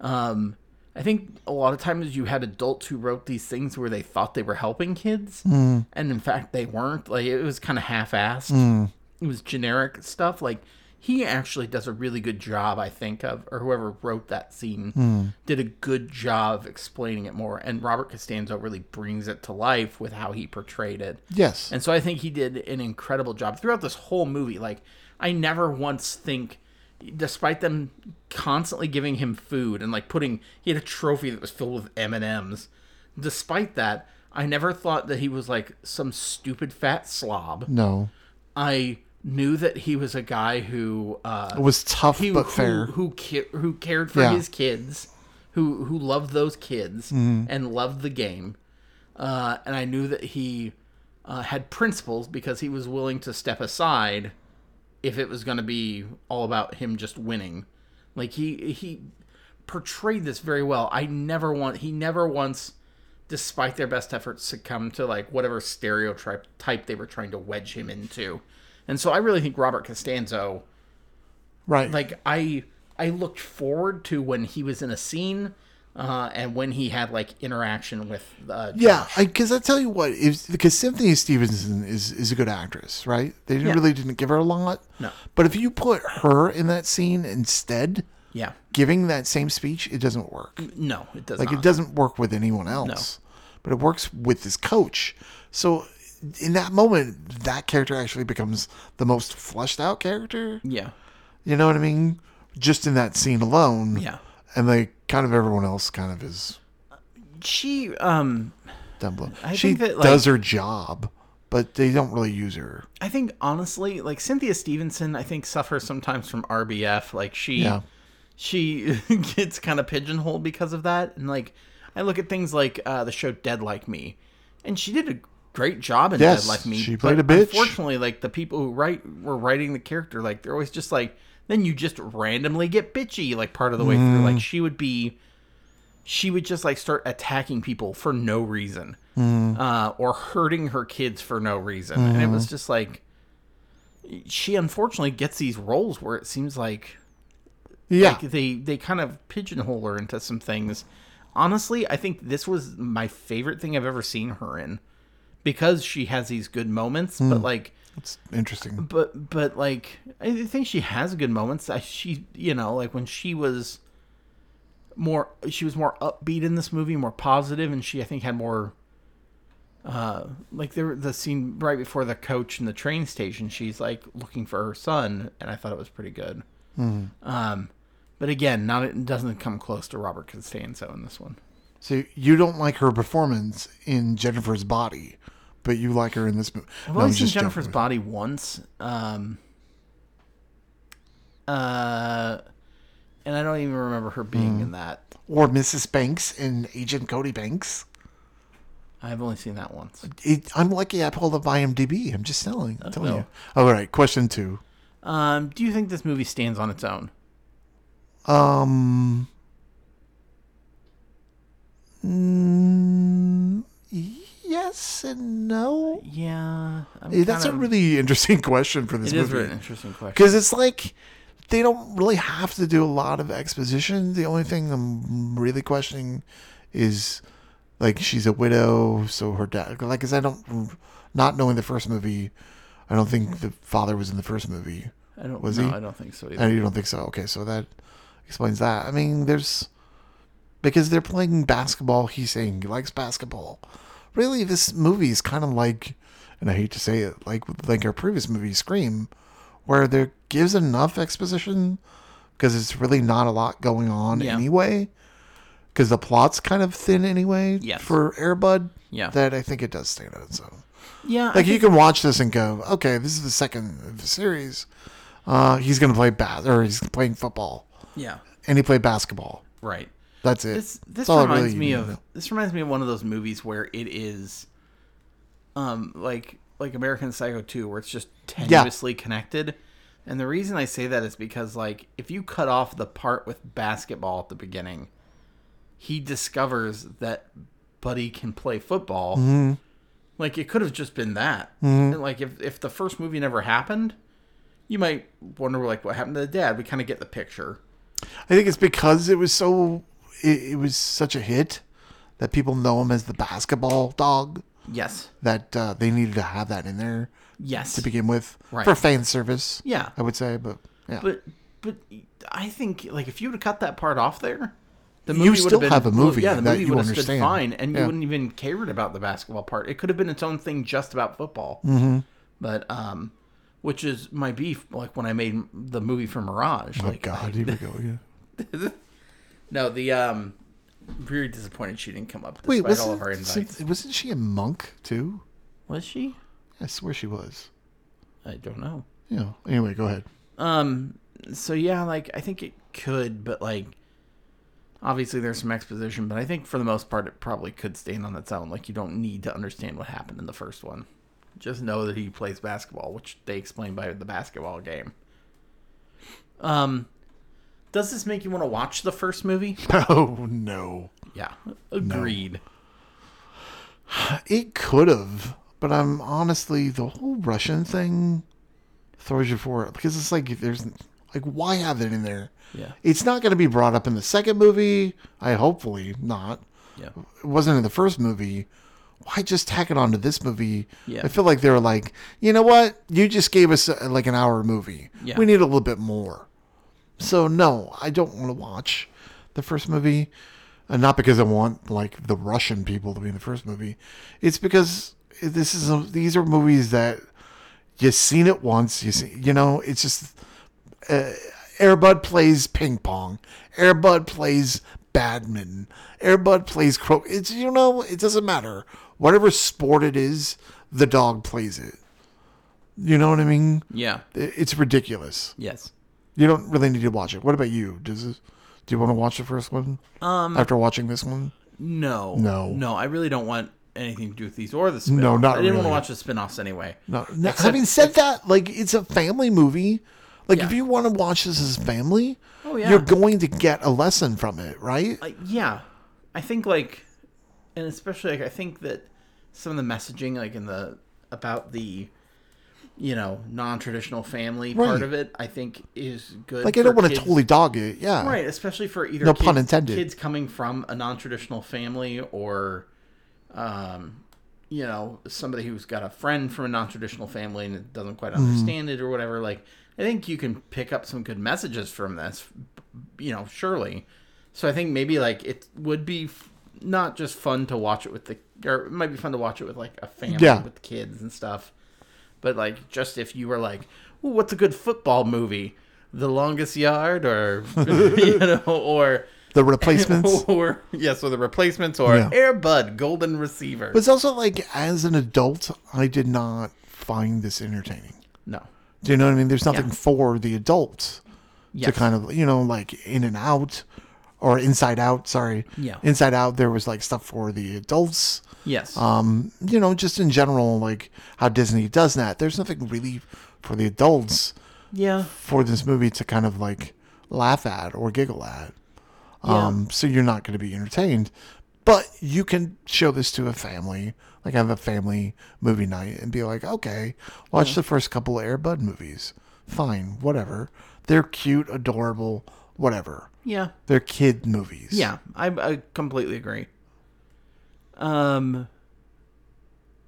[SPEAKER 2] Um, I think a lot of times you had adults who wrote these things where they thought they were helping kids, and in fact they weren't. Like it was kind of half-assed it was generic stuff like he actually does a really good job i think of or whoever wrote that scene did a good job of explaining it more and robert costanzo really brings it to life with how he portrayed it
[SPEAKER 1] Yes.
[SPEAKER 2] and so i think he did an incredible job throughout this whole movie like i never once think despite them constantly giving him food and like putting he had a trophy that was filled with m&ms despite that i never thought that he was like some stupid fat slob
[SPEAKER 1] no.
[SPEAKER 2] I knew that he was a guy who uh,
[SPEAKER 1] It was tough
[SPEAKER 2] he,
[SPEAKER 1] but
[SPEAKER 2] who,
[SPEAKER 1] fair.
[SPEAKER 2] who ca- who cared for
[SPEAKER 1] Yeah.
[SPEAKER 2] his kids, who who loved those kids
[SPEAKER 1] Mm-hmm.
[SPEAKER 2] and loved the game, uh, and I knew that he uh, had principles because he was willing to step aside if it was going to be all about him just winning. Like he he portrayed this very well. I never want he never once despite their best efforts succumb to like whatever stereotype type they were trying to wedge him into. And so I really think Robert Costanzo
[SPEAKER 1] right.
[SPEAKER 2] like I I looked forward to when he was in a scene uh, and when he had like interaction with uh,
[SPEAKER 1] yeah, because I, tell you what, if, because Cynthia Stevenson is, is a good actress, right? They didn't,
[SPEAKER 2] Yeah.
[SPEAKER 1] really didn't give her a lot.
[SPEAKER 2] No.
[SPEAKER 1] But if you put her in that scene instead,
[SPEAKER 2] yeah
[SPEAKER 1] giving that same speech, it doesn't work.
[SPEAKER 2] no it does
[SPEAKER 1] Like
[SPEAKER 2] not
[SPEAKER 1] it doesn't work with anyone else, but it works with this coach. So in that moment, that character actually becomes the most fleshed out character.
[SPEAKER 2] yeah
[SPEAKER 1] You know what I mean? Just in that scene alone.
[SPEAKER 2] Yeah.
[SPEAKER 1] And like kind of everyone else kind of is
[SPEAKER 2] she um
[SPEAKER 1] dumb blow.
[SPEAKER 2] I
[SPEAKER 1] She
[SPEAKER 2] think that,
[SPEAKER 1] does her job, but they don't really use her.
[SPEAKER 2] I think honestly, like Cynthia Stevenson, I think suffers sometimes from RBF. Like she,
[SPEAKER 1] Yeah.
[SPEAKER 2] she gets kind of pigeonholed because of that. And like, I look at things like uh, the show Dead Like Me, and she did a great job in
[SPEAKER 1] Yes,
[SPEAKER 2] Dead Like Me.
[SPEAKER 1] she
[SPEAKER 2] but
[SPEAKER 1] played a bitch.
[SPEAKER 2] Unfortunately, like the people who write were writing the character, like they're always just like, then you just randomly get bitchy like part of the way through.
[SPEAKER 1] Mm.
[SPEAKER 2] Like she would be she would just like start attacking people for no reason
[SPEAKER 1] Mm.
[SPEAKER 2] uh, or hurting her kids for no reason and it was just like she unfortunately gets these roles where it seems like
[SPEAKER 1] Yeah.
[SPEAKER 2] like they they kind of pigeonhole her into some things honestly i think this was my favorite thing i've ever seen her in because she has these good moments but like
[SPEAKER 1] it's interesting.
[SPEAKER 2] but but like I think she has good moments. I, she you know like when she was more she was more upbeat in this movie, more positive, and she I think had more. Uh, like there the scene right before the coach in the train station, she's like looking for her son, and I thought it was pretty good. Um, but again, not it doesn't come close to Robert Costanzo in this one.
[SPEAKER 1] So you don't like her performance in Jennifer's Body, but you like her in this movie.
[SPEAKER 2] I've only seen Jennifer's body once. Um, uh, and I don't even remember her
[SPEAKER 1] Hmm.
[SPEAKER 2] being in that.
[SPEAKER 1] or Mrs. Banks and Agent Cody Banks.
[SPEAKER 2] I've only seen that once.
[SPEAKER 1] It, I'm lucky I pulled up IMDb. I'm just telling, I'm telling
[SPEAKER 2] no.
[SPEAKER 1] you. All right, question two.
[SPEAKER 2] Um, do you think this movie stands on its own?
[SPEAKER 1] Um, mm, yes and no.
[SPEAKER 2] Yeah, I'm
[SPEAKER 1] Eh, That's a
[SPEAKER 2] kind of-
[SPEAKER 1] really interesting question for this
[SPEAKER 2] It is an
[SPEAKER 1] movie
[SPEAKER 2] interesting question.
[SPEAKER 1] because it's like they don't really have to do a lot of exposition. The only thing I'm really questioning is like she's a widow, so her dad. Like, cause I don't not knowing the first movie, I don't think the father was in the first movie.
[SPEAKER 2] I don't.
[SPEAKER 1] was
[SPEAKER 2] no,
[SPEAKER 1] he?
[SPEAKER 2] I don't think so either.
[SPEAKER 1] And you don't think so? Okay, so that explains that. I mean, there's because they're playing basketball. He's saying he likes basketball. Really, this movie is kind of like, and I hate to say it, like like our previous movie, Scream, where there gives enough exposition because it's really not a lot going on
[SPEAKER 2] Yeah.
[SPEAKER 1] anyway. Because the plot's kind of thin anyway
[SPEAKER 2] Yes.
[SPEAKER 1] for Airbud.
[SPEAKER 2] Yeah.
[SPEAKER 1] that I think it does stand out. So
[SPEAKER 2] yeah, I
[SPEAKER 1] like you
[SPEAKER 2] think-
[SPEAKER 1] can watch this and go, okay, this is the second of the series. Uh, he's gonna play bas or he's playing football,
[SPEAKER 2] yeah,
[SPEAKER 1] and he played basketball.
[SPEAKER 2] right.
[SPEAKER 1] That's it.
[SPEAKER 2] This this
[SPEAKER 1] That's all I
[SPEAKER 2] reminds
[SPEAKER 1] really
[SPEAKER 2] me
[SPEAKER 1] need to
[SPEAKER 2] of
[SPEAKER 1] know.
[SPEAKER 2] this reminds me of one of those movies where it is, um, like like American Psycho two, where it's just tenuously connected. And the reason I say that is because like if you cut off the part with basketball at the beginning, he discovers that Buddy can play football.
[SPEAKER 1] Mm-hmm.
[SPEAKER 2] Like it could have just been that. And like if if the first movie never happened, you might wonder like what happened to the dad. We kind of get the picture.
[SPEAKER 1] I think it's because it was so it, it was such a hit that people know him as the basketball dog
[SPEAKER 2] Yes.
[SPEAKER 1] that uh, they needed to have that in there
[SPEAKER 2] Yes.
[SPEAKER 1] to begin with
[SPEAKER 2] Right.
[SPEAKER 1] for fan service.
[SPEAKER 2] yeah.
[SPEAKER 1] I would say, but yeah,
[SPEAKER 2] But but I think like if you would have cut that part off there, the
[SPEAKER 1] You
[SPEAKER 2] movie would
[SPEAKER 1] still
[SPEAKER 2] been,
[SPEAKER 1] have a movie
[SPEAKER 2] Yeah, the
[SPEAKER 1] that
[SPEAKER 2] movie
[SPEAKER 1] you
[SPEAKER 2] would have stood
[SPEAKER 1] understand.
[SPEAKER 2] fine, and you
[SPEAKER 1] Yeah.
[SPEAKER 2] wouldn't even cared about the basketball part. It could have been its own thing, just about football. Mm-hmm. But um, which is my beef. Like when I made the movie for Mirage,
[SPEAKER 1] oh
[SPEAKER 2] like
[SPEAKER 1] God, here we go. Yeah.
[SPEAKER 2] no, the um, very disappointed she didn't come up
[SPEAKER 1] Wait,
[SPEAKER 2] despite all
[SPEAKER 1] wasn't,
[SPEAKER 2] of our invites.
[SPEAKER 1] wasn't she a monk too?
[SPEAKER 2] Was she?
[SPEAKER 1] I swear she was.
[SPEAKER 2] I don't know.
[SPEAKER 1] Yeah. Anyway, go ahead.
[SPEAKER 2] Um. So yeah, like I think it could, but like obviously there's some exposition, but I think for the most part it probably could stand on its own. Like you don't need to understand what happened in the first one. Just know that he plays basketball, which they explain by the basketball game. Um, does this make you want to watch the first movie?
[SPEAKER 1] Oh no.
[SPEAKER 2] Yeah, agreed.
[SPEAKER 1] It could have, but I'm honestly the whole Russian thing throws you for it because it's like there's like why have it in there?
[SPEAKER 2] Yeah,
[SPEAKER 1] It's not going to be brought up in the second movie. I hopefully not.
[SPEAKER 2] yeah,
[SPEAKER 1] It wasn't in the first movie. Why just tack it onto this movie?
[SPEAKER 2] Yeah.
[SPEAKER 1] I feel like they were like, you know what? You just gave us uh like an hour movie.
[SPEAKER 2] Yeah.
[SPEAKER 1] We need a little bit more. So no, I don't want to watch the first movie, and not because I want like the Russian people to be in the first movie. It's because this is a, these are movies that you've seen it once. You see, you know, it's just Airbud plays ping pong. Airbud plays badminton. Airbud plays cro. It's you know it doesn't matter whatever sport it is. The dog plays it. You know what I mean?
[SPEAKER 2] yeah,
[SPEAKER 1] I- It's ridiculous.
[SPEAKER 2] yes.
[SPEAKER 1] You don't really need to watch it. What about you? Does it, do you want to watch the first one
[SPEAKER 2] Um,
[SPEAKER 1] after watching this one?
[SPEAKER 2] no,
[SPEAKER 1] No.
[SPEAKER 2] no. I really don't want anything to do with these or the spin.
[SPEAKER 1] No, not
[SPEAKER 2] I didn't want to
[SPEAKER 1] really.
[SPEAKER 2] watch the spin-offs anyway.
[SPEAKER 1] No. no having said that, like it's a family movie. Like
[SPEAKER 2] Yeah.
[SPEAKER 1] if you want to watch this as a family,
[SPEAKER 2] Oh, yeah.
[SPEAKER 1] you're going to get a lesson from it, right?
[SPEAKER 2] Uh, yeah, I think like, and especially like I think that some of the messaging like in the about the, you know, non-traditional family part
[SPEAKER 1] Right.
[SPEAKER 2] of it, I think is good.
[SPEAKER 1] Like I don't
[SPEAKER 2] for
[SPEAKER 1] want to
[SPEAKER 2] kids-
[SPEAKER 1] totally dog it. Yeah.
[SPEAKER 2] right, especially for either
[SPEAKER 1] No pun
[SPEAKER 2] kids-
[SPEAKER 1] intended.
[SPEAKER 2] Kids coming from a non-traditional family or, um, you know, somebody who's got a friend from a non-traditional family and doesn't quite
[SPEAKER 1] Mm-hmm.
[SPEAKER 2] understand it or whatever. Like, I think you can pick up some good messages from this, you know, surely. So I think maybe like it would be f- not just fun to watch it with the, or it might be fun to watch it with like a family
[SPEAKER 1] Yeah.
[SPEAKER 2] with kids and stuff. But like, just if you were like, Ooh, what's a good football movie? The Longest Yard, or you know, or
[SPEAKER 1] The replacements.
[SPEAKER 2] or yes, or the replacements, or
[SPEAKER 1] Yeah.
[SPEAKER 2] Air Bud Golden Receiver.
[SPEAKER 1] But it's also like as an adult, I did not find this entertaining.
[SPEAKER 2] no,
[SPEAKER 1] Do you know what I mean? There's nothing for the adults to
[SPEAKER 2] Yes.
[SPEAKER 1] kind of you know like in and out or inside out. Sorry,
[SPEAKER 2] Yeah.
[SPEAKER 1] inside out. There was like stuff for the adults.
[SPEAKER 2] yes,
[SPEAKER 1] Um, you know, just in general, like how Disney does that. There's nothing really for the adults
[SPEAKER 2] yeah,
[SPEAKER 1] for this movie to kind of like laugh at or giggle at. Um, So you're not going to be entertained. But you can show this to a family, like have a family movie night and be like, okay, watch the first couple of Air Bud movies. Fine, whatever. They're cute, adorable, whatever.
[SPEAKER 2] Yeah.
[SPEAKER 1] They're kid movies.
[SPEAKER 2] Yeah, I, I completely agree. Um,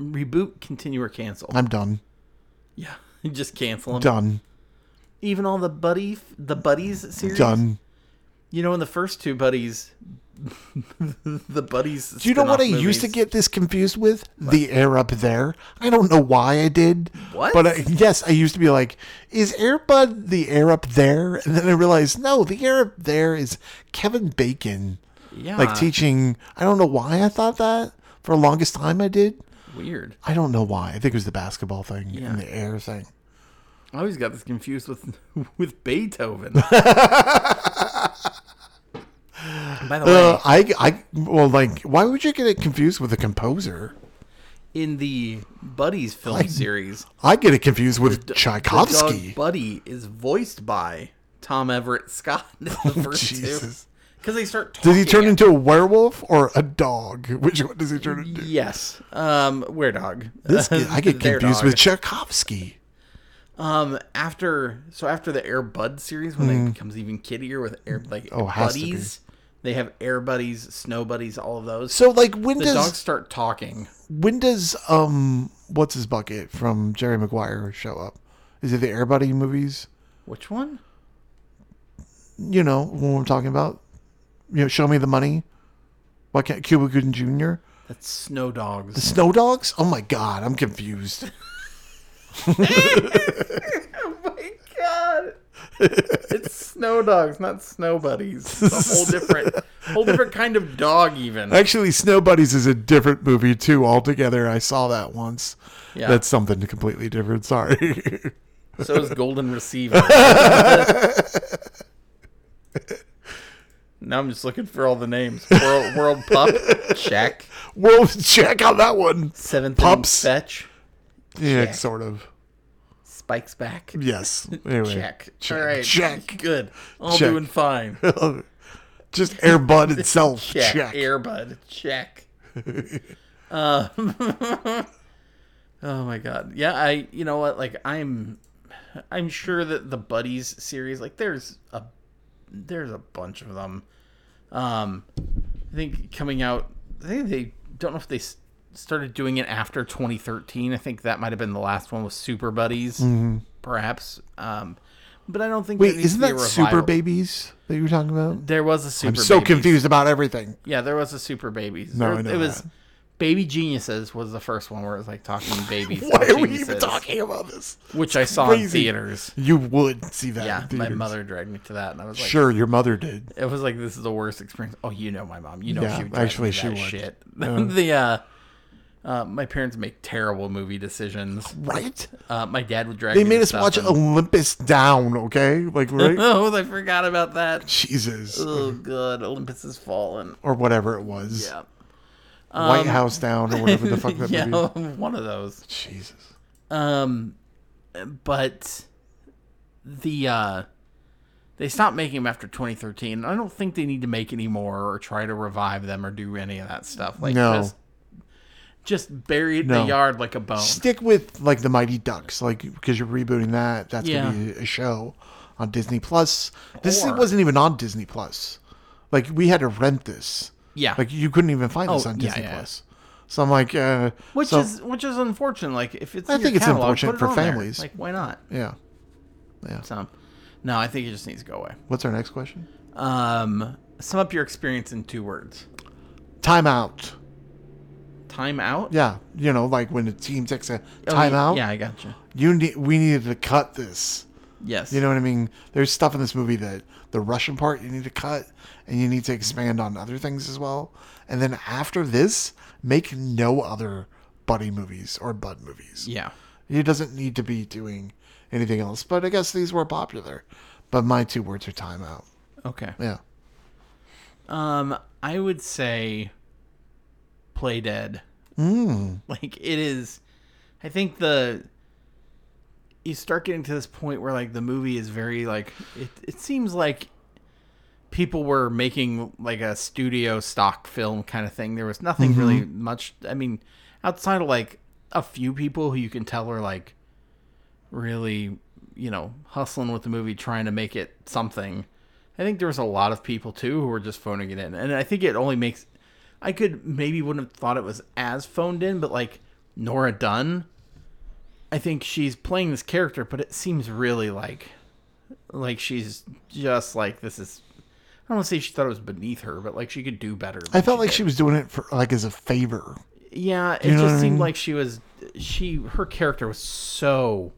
[SPEAKER 2] reboot, continue, or cancel.
[SPEAKER 1] I'm done.
[SPEAKER 2] yeah, just cancel them.
[SPEAKER 1] Done.
[SPEAKER 2] Even all the buddy, the buddies series.
[SPEAKER 1] Done.
[SPEAKER 2] You know, in the first two buddies, the buddies.
[SPEAKER 1] Do you know what I used to get this confused with? The air up there. I don't know why I did.
[SPEAKER 2] What?
[SPEAKER 1] But I, yes, I used to be like, is Airbud the air up there? And then I realized, no, the air up there is Kevin Bacon.
[SPEAKER 2] Yeah,
[SPEAKER 1] Like teaching. I don't know why I thought that. For the longest time, I did.
[SPEAKER 2] Weird.
[SPEAKER 1] I don't know why. I think it was the basketball thing
[SPEAKER 2] Yeah.
[SPEAKER 1] and the air thing.
[SPEAKER 2] I always got this confused with with Beethoven. By the way,
[SPEAKER 1] Uh, I, I, well, like, why would you get it confused with a composer?
[SPEAKER 2] in the buddies film series,
[SPEAKER 1] I get it confused with
[SPEAKER 2] The
[SPEAKER 1] Tchaikovsky.
[SPEAKER 2] dog Buddy is voiced by Tom Everett Scott in the first
[SPEAKER 1] Oh, Jesus.
[SPEAKER 2] Because they start talking.
[SPEAKER 1] Did he turn into a werewolf or a dog? Which one does he turn into?
[SPEAKER 2] Yes. Um, where dog?
[SPEAKER 1] This get- I get
[SPEAKER 2] Their
[SPEAKER 1] confused
[SPEAKER 2] dog.
[SPEAKER 1] with Tchaikovsky.
[SPEAKER 2] Um, after so after the Air Bud series, when it becomes even kiddier with Air like
[SPEAKER 1] Hmm. Oh, it has to be.
[SPEAKER 2] buddies, they have Air Buddies, Snow Buddies, all of those.
[SPEAKER 1] So like when
[SPEAKER 2] the
[SPEAKER 1] does
[SPEAKER 2] dogs start talking.
[SPEAKER 1] when does um what's his bucket from Jerry Maguire show up? Is it the Air Buddy movies?
[SPEAKER 2] Which one?
[SPEAKER 1] You know when we're talking about you know show me the money. Why can't Cuba Gooden Jr.
[SPEAKER 2] That's Snow Dogs.
[SPEAKER 1] Snow Dogs? Oh my God, I'm confused.
[SPEAKER 2] Oh my god! it's snow dogs, not snow buddies. It's a whole different, whole different kind of dog. Even
[SPEAKER 1] Actually, Snow Buddies is a different movie too altogether. I saw that once.
[SPEAKER 2] Yeah.
[SPEAKER 1] That's something completely different. Sorry.
[SPEAKER 2] so is golden receiver. now I'm just looking for all the names. World, world pup, check.
[SPEAKER 1] We'll check on that one.
[SPEAKER 2] Seventh
[SPEAKER 1] Pups.
[SPEAKER 2] Pups. fetch.
[SPEAKER 1] Yeah,
[SPEAKER 2] Check.
[SPEAKER 1] sort of.
[SPEAKER 2] Spikes back.
[SPEAKER 1] Yes. Anyway.
[SPEAKER 2] Check. All right.
[SPEAKER 1] Check.
[SPEAKER 2] Good. All
[SPEAKER 1] Check.
[SPEAKER 2] doing fine.
[SPEAKER 1] Just Airbud itself.
[SPEAKER 2] check.
[SPEAKER 1] check.
[SPEAKER 2] Airbud, check. uh, oh my god. Yeah, I you know what, like I'm I'm sure that the buddies series, like there's a there's a bunch of them. Um I think coming out I think they don't know if they s- started doing it after 2013. I think that might have been the last one with Super Buddies perhaps. Um but I don't think there
[SPEAKER 1] Mm-hmm. Wait,
[SPEAKER 2] needs
[SPEAKER 1] isn't
[SPEAKER 2] to be
[SPEAKER 1] that
[SPEAKER 2] a
[SPEAKER 1] Super
[SPEAKER 2] revival.
[SPEAKER 1] Babies that you were talking about?
[SPEAKER 2] There was a Super
[SPEAKER 1] I'm so
[SPEAKER 2] Babies.
[SPEAKER 1] confused about everything.
[SPEAKER 2] Yeah, there was a Super Babies.
[SPEAKER 1] No,
[SPEAKER 2] There-
[SPEAKER 1] I know
[SPEAKER 2] it was
[SPEAKER 1] that.
[SPEAKER 2] Baby Geniuses was the first one where it was like talking babies. and
[SPEAKER 1] Why are we even
[SPEAKER 2] geniuses,
[SPEAKER 1] talking about this?
[SPEAKER 2] Which I saw in
[SPEAKER 1] Crazy.
[SPEAKER 2] theaters.
[SPEAKER 1] You would see that.
[SPEAKER 2] Yeah,
[SPEAKER 1] in
[SPEAKER 2] my
[SPEAKER 1] theaters.
[SPEAKER 2] mother dragged me to that, and I was like,
[SPEAKER 1] Sure, your mother did.
[SPEAKER 2] it was like this is the worst experience. Oh, you know my mom. You know
[SPEAKER 1] Yeah,
[SPEAKER 2] she would drag
[SPEAKER 1] actually
[SPEAKER 2] me to
[SPEAKER 1] she
[SPEAKER 2] that
[SPEAKER 1] would.
[SPEAKER 2] shit. the uh, uh, my parents make terrible movie decisions.
[SPEAKER 1] Right?
[SPEAKER 2] Uh, my dad would drag.
[SPEAKER 1] They
[SPEAKER 2] me
[SPEAKER 1] made
[SPEAKER 2] to
[SPEAKER 1] us
[SPEAKER 2] stuff
[SPEAKER 1] watch
[SPEAKER 2] and-
[SPEAKER 1] Olympus Down, okay? Like, right?
[SPEAKER 2] Oh, I forgot about that.
[SPEAKER 1] Jesus.
[SPEAKER 2] Oh, good. Olympus has fallen.
[SPEAKER 1] Or whatever it was.
[SPEAKER 2] Yeah. um,
[SPEAKER 1] White House Down or whatever the fuck that
[SPEAKER 2] yeah,
[SPEAKER 1] movie.
[SPEAKER 2] one of those.
[SPEAKER 1] Jesus.
[SPEAKER 2] Um, but the uh, they stopped making them after 2013. I don't think they need to make any more or try to revive them or do any of that stuff. Like
[SPEAKER 1] No.
[SPEAKER 2] just just bury it in
[SPEAKER 1] No.
[SPEAKER 2] the yard like a bone.
[SPEAKER 1] stick with like the Mighty Ducks, like because you're rebooting that. That's
[SPEAKER 2] Yeah.
[SPEAKER 1] gonna be a show on Disney Plus. This
[SPEAKER 2] Or-
[SPEAKER 1] wasn't even on Disney Plus. Like we had to rent this.
[SPEAKER 2] Yeah.
[SPEAKER 1] Like you couldn't even find this
[SPEAKER 2] Oh,
[SPEAKER 1] on
[SPEAKER 2] yeah,
[SPEAKER 1] Disney
[SPEAKER 2] yeah.
[SPEAKER 1] Plus. So I'm like, uh,
[SPEAKER 2] which
[SPEAKER 1] so-
[SPEAKER 2] is which is unfortunate. Like if it's
[SPEAKER 1] I
[SPEAKER 2] in your
[SPEAKER 1] think it's
[SPEAKER 2] catalog,
[SPEAKER 1] unfortunate
[SPEAKER 2] put it
[SPEAKER 1] for
[SPEAKER 2] on there.
[SPEAKER 1] families.
[SPEAKER 2] Like why not?
[SPEAKER 1] yeah.
[SPEAKER 2] So no, I think it just needs to go away.
[SPEAKER 1] What's our next question?
[SPEAKER 2] Um, sum up your experience in two words.
[SPEAKER 1] Timeout.
[SPEAKER 2] Time out.
[SPEAKER 1] Yeah, you know, like when the team takes a
[SPEAKER 2] Oh,
[SPEAKER 1] timeout,
[SPEAKER 2] Yeah, I gotcha.
[SPEAKER 1] you need we needed to cut this.
[SPEAKER 2] Yes.
[SPEAKER 1] You know what I mean? There's stuff in this movie that the Russian part you need to cut and you need to expand on other things as well. And then after this, make no other buddy movies or bud movies.
[SPEAKER 2] Yeah.
[SPEAKER 1] He doesn't need to be doing anything else, but I guess these were popular. But my two words are time out.
[SPEAKER 2] Okay.
[SPEAKER 1] Yeah.
[SPEAKER 2] Um, I would say play dead. Mm. Like it is. I think the you start getting to this point where like the movie is very like it. It seems like people were making like a studio stock film kind of thing. There was nothing really much. I mean, outside of like a few people who you can tell are like really, you know, hustling with the movie, trying to make it something. I think there was a lot of people too who were just phoning it in, and I think it only makes. I could maybe wouldn't have thought it was as phoned in, but like Nora Dunn, I think she's playing this character, but it seems really like like she's just like this is I don't want to say she thought it was beneath her, but like she could do better.
[SPEAKER 1] I felt like she was doing it for like as a favor.
[SPEAKER 2] Yeah, it
[SPEAKER 1] know
[SPEAKER 2] just
[SPEAKER 1] what I
[SPEAKER 2] seemed
[SPEAKER 1] mean?
[SPEAKER 2] like she was she her character was so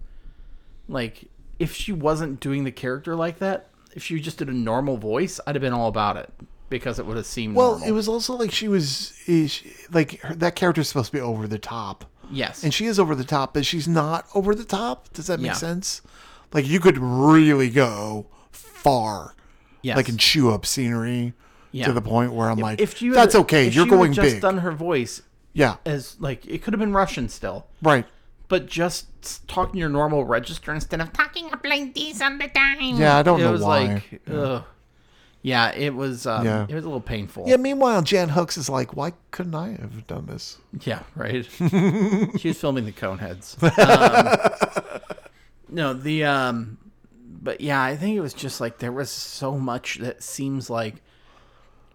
[SPEAKER 2] like if she wasn't doing the character like that, if she just did a normal voice, I'd have been all about it because it would have seemed
[SPEAKER 1] Well,
[SPEAKER 2] normal.
[SPEAKER 1] it was also like she was eh, she, like her, that character's supposed to be over the top,
[SPEAKER 2] yes.
[SPEAKER 1] and she is over the top, but she's not over the top. Does that make
[SPEAKER 2] Yeah.
[SPEAKER 1] sense? Like you could really go far,
[SPEAKER 2] yes.
[SPEAKER 1] like and chew up scenery
[SPEAKER 2] Yeah.
[SPEAKER 1] to the point where I'm like,
[SPEAKER 2] if you
[SPEAKER 1] that's
[SPEAKER 2] had-
[SPEAKER 1] okay.
[SPEAKER 2] if
[SPEAKER 1] You're
[SPEAKER 2] she would've
[SPEAKER 1] going
[SPEAKER 2] just
[SPEAKER 1] big,
[SPEAKER 2] done her voice
[SPEAKER 1] yeah,
[SPEAKER 2] as like it could have been Russian still.
[SPEAKER 1] right,
[SPEAKER 2] but just s- talking your normal register instead of talking up like this all the time.
[SPEAKER 1] Yeah, I don't
[SPEAKER 2] it
[SPEAKER 1] know
[SPEAKER 2] was
[SPEAKER 1] why.
[SPEAKER 2] Like, yeah. Ugh. yeah, it was. Um,
[SPEAKER 1] Yeah.
[SPEAKER 2] it was a little painful.
[SPEAKER 1] yeah. Meanwhile, Jan Hooks is like, why couldn't I have done this?
[SPEAKER 2] Yeah, right. she was filming the Coneheads. Um, no, the um, but yeah, I think it was just like there was so much that seems like,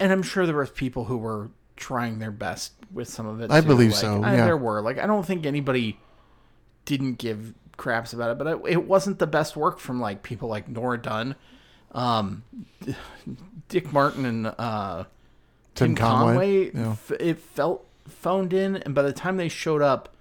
[SPEAKER 2] and I'm sure there was people who were trying their best with some of it.
[SPEAKER 1] I
[SPEAKER 2] too.
[SPEAKER 1] believe
[SPEAKER 2] Like,
[SPEAKER 1] so,
[SPEAKER 2] I-
[SPEAKER 1] yeah.
[SPEAKER 2] there were like I don't think anybody didn't give craps about it, but it, it wasn't the best work from like people like Nora Dunn, um, Dick Martin, and uh.
[SPEAKER 1] Tim
[SPEAKER 2] Tim Conway,
[SPEAKER 1] yeah.
[SPEAKER 2] f- it felt phoned in, and by the time they showed up,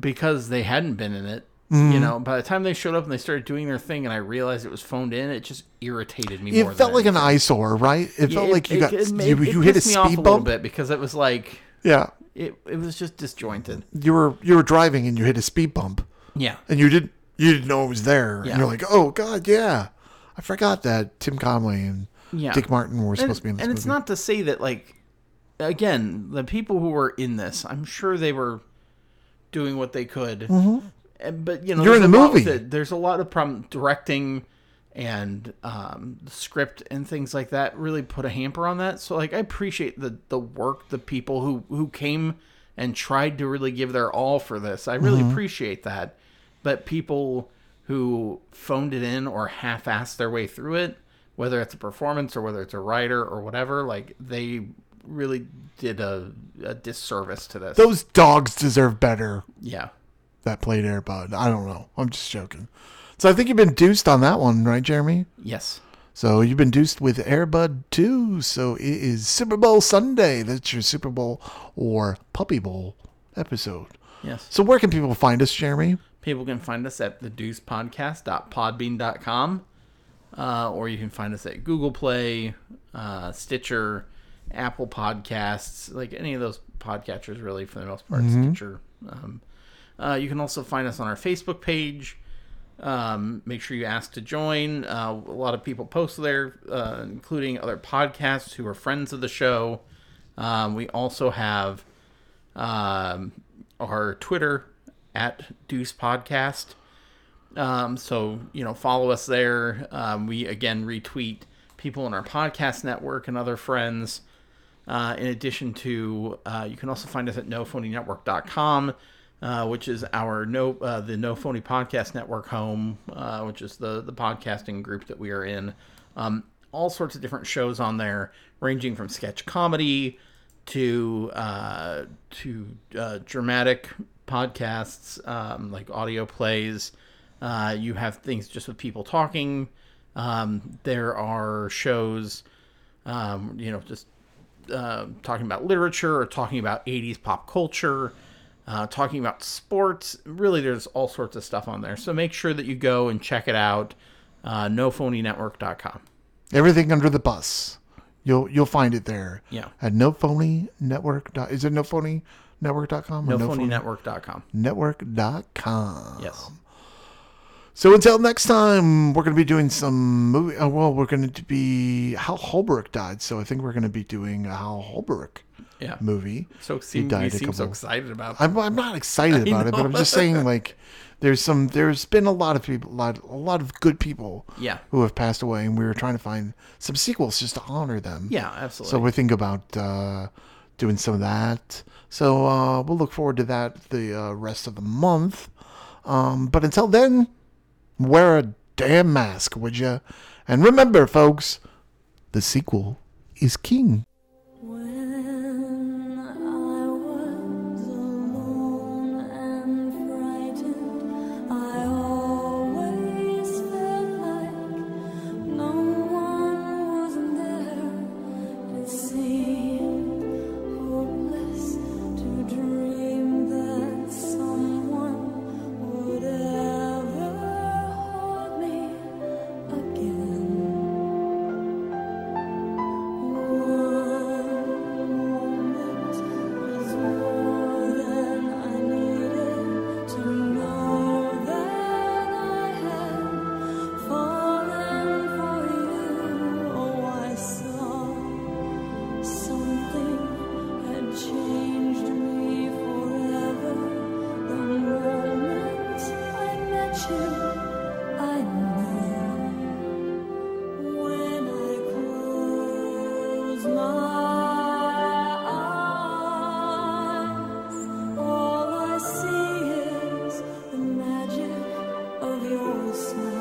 [SPEAKER 2] because they hadn't been in it,
[SPEAKER 1] Mm-hmm.
[SPEAKER 2] you know, by the time they showed up and they started doing their thing, and I realized it was phoned in, it just irritated me. more
[SPEAKER 1] It felt
[SPEAKER 2] than
[SPEAKER 1] like an
[SPEAKER 2] anything.
[SPEAKER 1] eyesore, right? It felt
[SPEAKER 2] It-
[SPEAKER 1] like you
[SPEAKER 2] it-
[SPEAKER 1] got
[SPEAKER 2] it made-
[SPEAKER 1] you,
[SPEAKER 2] it
[SPEAKER 1] you hit a
[SPEAKER 2] pissed me off
[SPEAKER 1] speed
[SPEAKER 2] little
[SPEAKER 1] bump.
[SPEAKER 2] bit because it was like
[SPEAKER 1] Yeah,
[SPEAKER 2] it, it was just disjointed.
[SPEAKER 1] you were you were driving and you hit a speed bump,
[SPEAKER 2] Yeah,
[SPEAKER 1] and you didn't you didn't know it was there,
[SPEAKER 2] Yeah.
[SPEAKER 1] and you're like, oh god, yeah, I forgot that Tim Conway and
[SPEAKER 2] Yeah.
[SPEAKER 1] Dick Martin were
[SPEAKER 2] and,
[SPEAKER 1] supposed to be in this
[SPEAKER 2] and
[SPEAKER 1] movie.
[SPEAKER 2] it's not to say that like again the people who were in this i'm sure they were doing what they could And- but you know
[SPEAKER 1] Mm-hmm. You're
[SPEAKER 2] there's
[SPEAKER 1] in the
[SPEAKER 2] a lot with
[SPEAKER 1] movie.
[SPEAKER 2] it. there's a lot of problem directing and um, script and things like that really put a hamper on that so like i appreciate the the work the people who who came and tried to really give their all for this i really appreciate that but people who phoned it in or half-assed their way through it whether it's a performance or whether it's a writer or whatever like they really did a, a disservice to this
[SPEAKER 1] Those dogs deserve better.
[SPEAKER 2] yeah
[SPEAKER 1] That played Airbud. I don't know. I'm just joking. So I think you've been deuced on that one, right, Jeremy?
[SPEAKER 2] yes
[SPEAKER 1] So you've been deuced with Airbud too. So it is Super Bowl Sunday. That's your Super Bowl or Puppy Bowl episode.
[SPEAKER 2] yes
[SPEAKER 1] So where can people find us, Jeremy?
[SPEAKER 2] People can find us at thedeucepodcast.podbean.com, uh, or you can find us at Google Play, uh, Stitcher, Apple Podcasts, like any of those podcatchers, really, for the most part. Stitcher. Um, uh, you can also find us on our Facebook page. Um, make sure you ask to join. Uh, a lot of people post there, uh, including other podcasts who are friends of the show. Um, we also have um, our Twitter at Deuce Podcast. Um, so you know, follow us there. Um, we again retweet people in our podcast network and other friends. Uh, in addition to, uh, you can also find us at nophonynetwork.com, uh, which is our no uh, the No Phony Podcast Network home, uh, which is the the podcasting group that we are in. Um, all sorts of different shows on there, ranging from sketch comedy to uh, to uh, dramatic podcasts um, like audio plays. Uh, you have things just with people talking. Um, there are shows, um, you know, just uh, talking about literature or talking about 80s pop culture, uh, talking about sports. Really, there's all sorts of stuff on there. So make sure that you go and check it out. Uh, nophonynetwork.com.
[SPEAKER 1] Everything under the bus. You'll you'll find it there.
[SPEAKER 2] Yeah.
[SPEAKER 1] At no phony network. Dot, is it no phony network.com or
[SPEAKER 2] Nophonynetwork.com.
[SPEAKER 1] network.com?
[SPEAKER 2] Yes.
[SPEAKER 1] So until next time, we're going to be doing some movie. uh, Oh, well, we're going to be how Holbrook died. So I think we're going to be doing a how Holbrook
[SPEAKER 2] Yeah.
[SPEAKER 1] movie.
[SPEAKER 2] So seem,
[SPEAKER 1] died
[SPEAKER 2] we
[SPEAKER 1] a
[SPEAKER 2] seem so
[SPEAKER 1] couple-
[SPEAKER 2] excited about.
[SPEAKER 1] I'm, I'm not excited
[SPEAKER 2] I
[SPEAKER 1] about it, but I'm
[SPEAKER 2] know.
[SPEAKER 1] just saying like there's some there's been a lot of people a lot a lot of good people
[SPEAKER 2] Yeah.
[SPEAKER 1] who have passed away, and we were trying to find some sequels just to honor them.
[SPEAKER 2] yeah, absolutely.
[SPEAKER 1] So we think about uh, doing some of that. So uh, we'll look forward to that the uh, rest of the month. Um, but until then, wear a damn mask, would you? And remember, folks, the sequel is king.
[SPEAKER 3] When I was alone and frightened, I always felt like no one was there. It seemed hopeless to dream that someone would ever hold me again. Changed me forever. The moment I met you, I knew. When I close my eyes, all I see is the magic of your smile.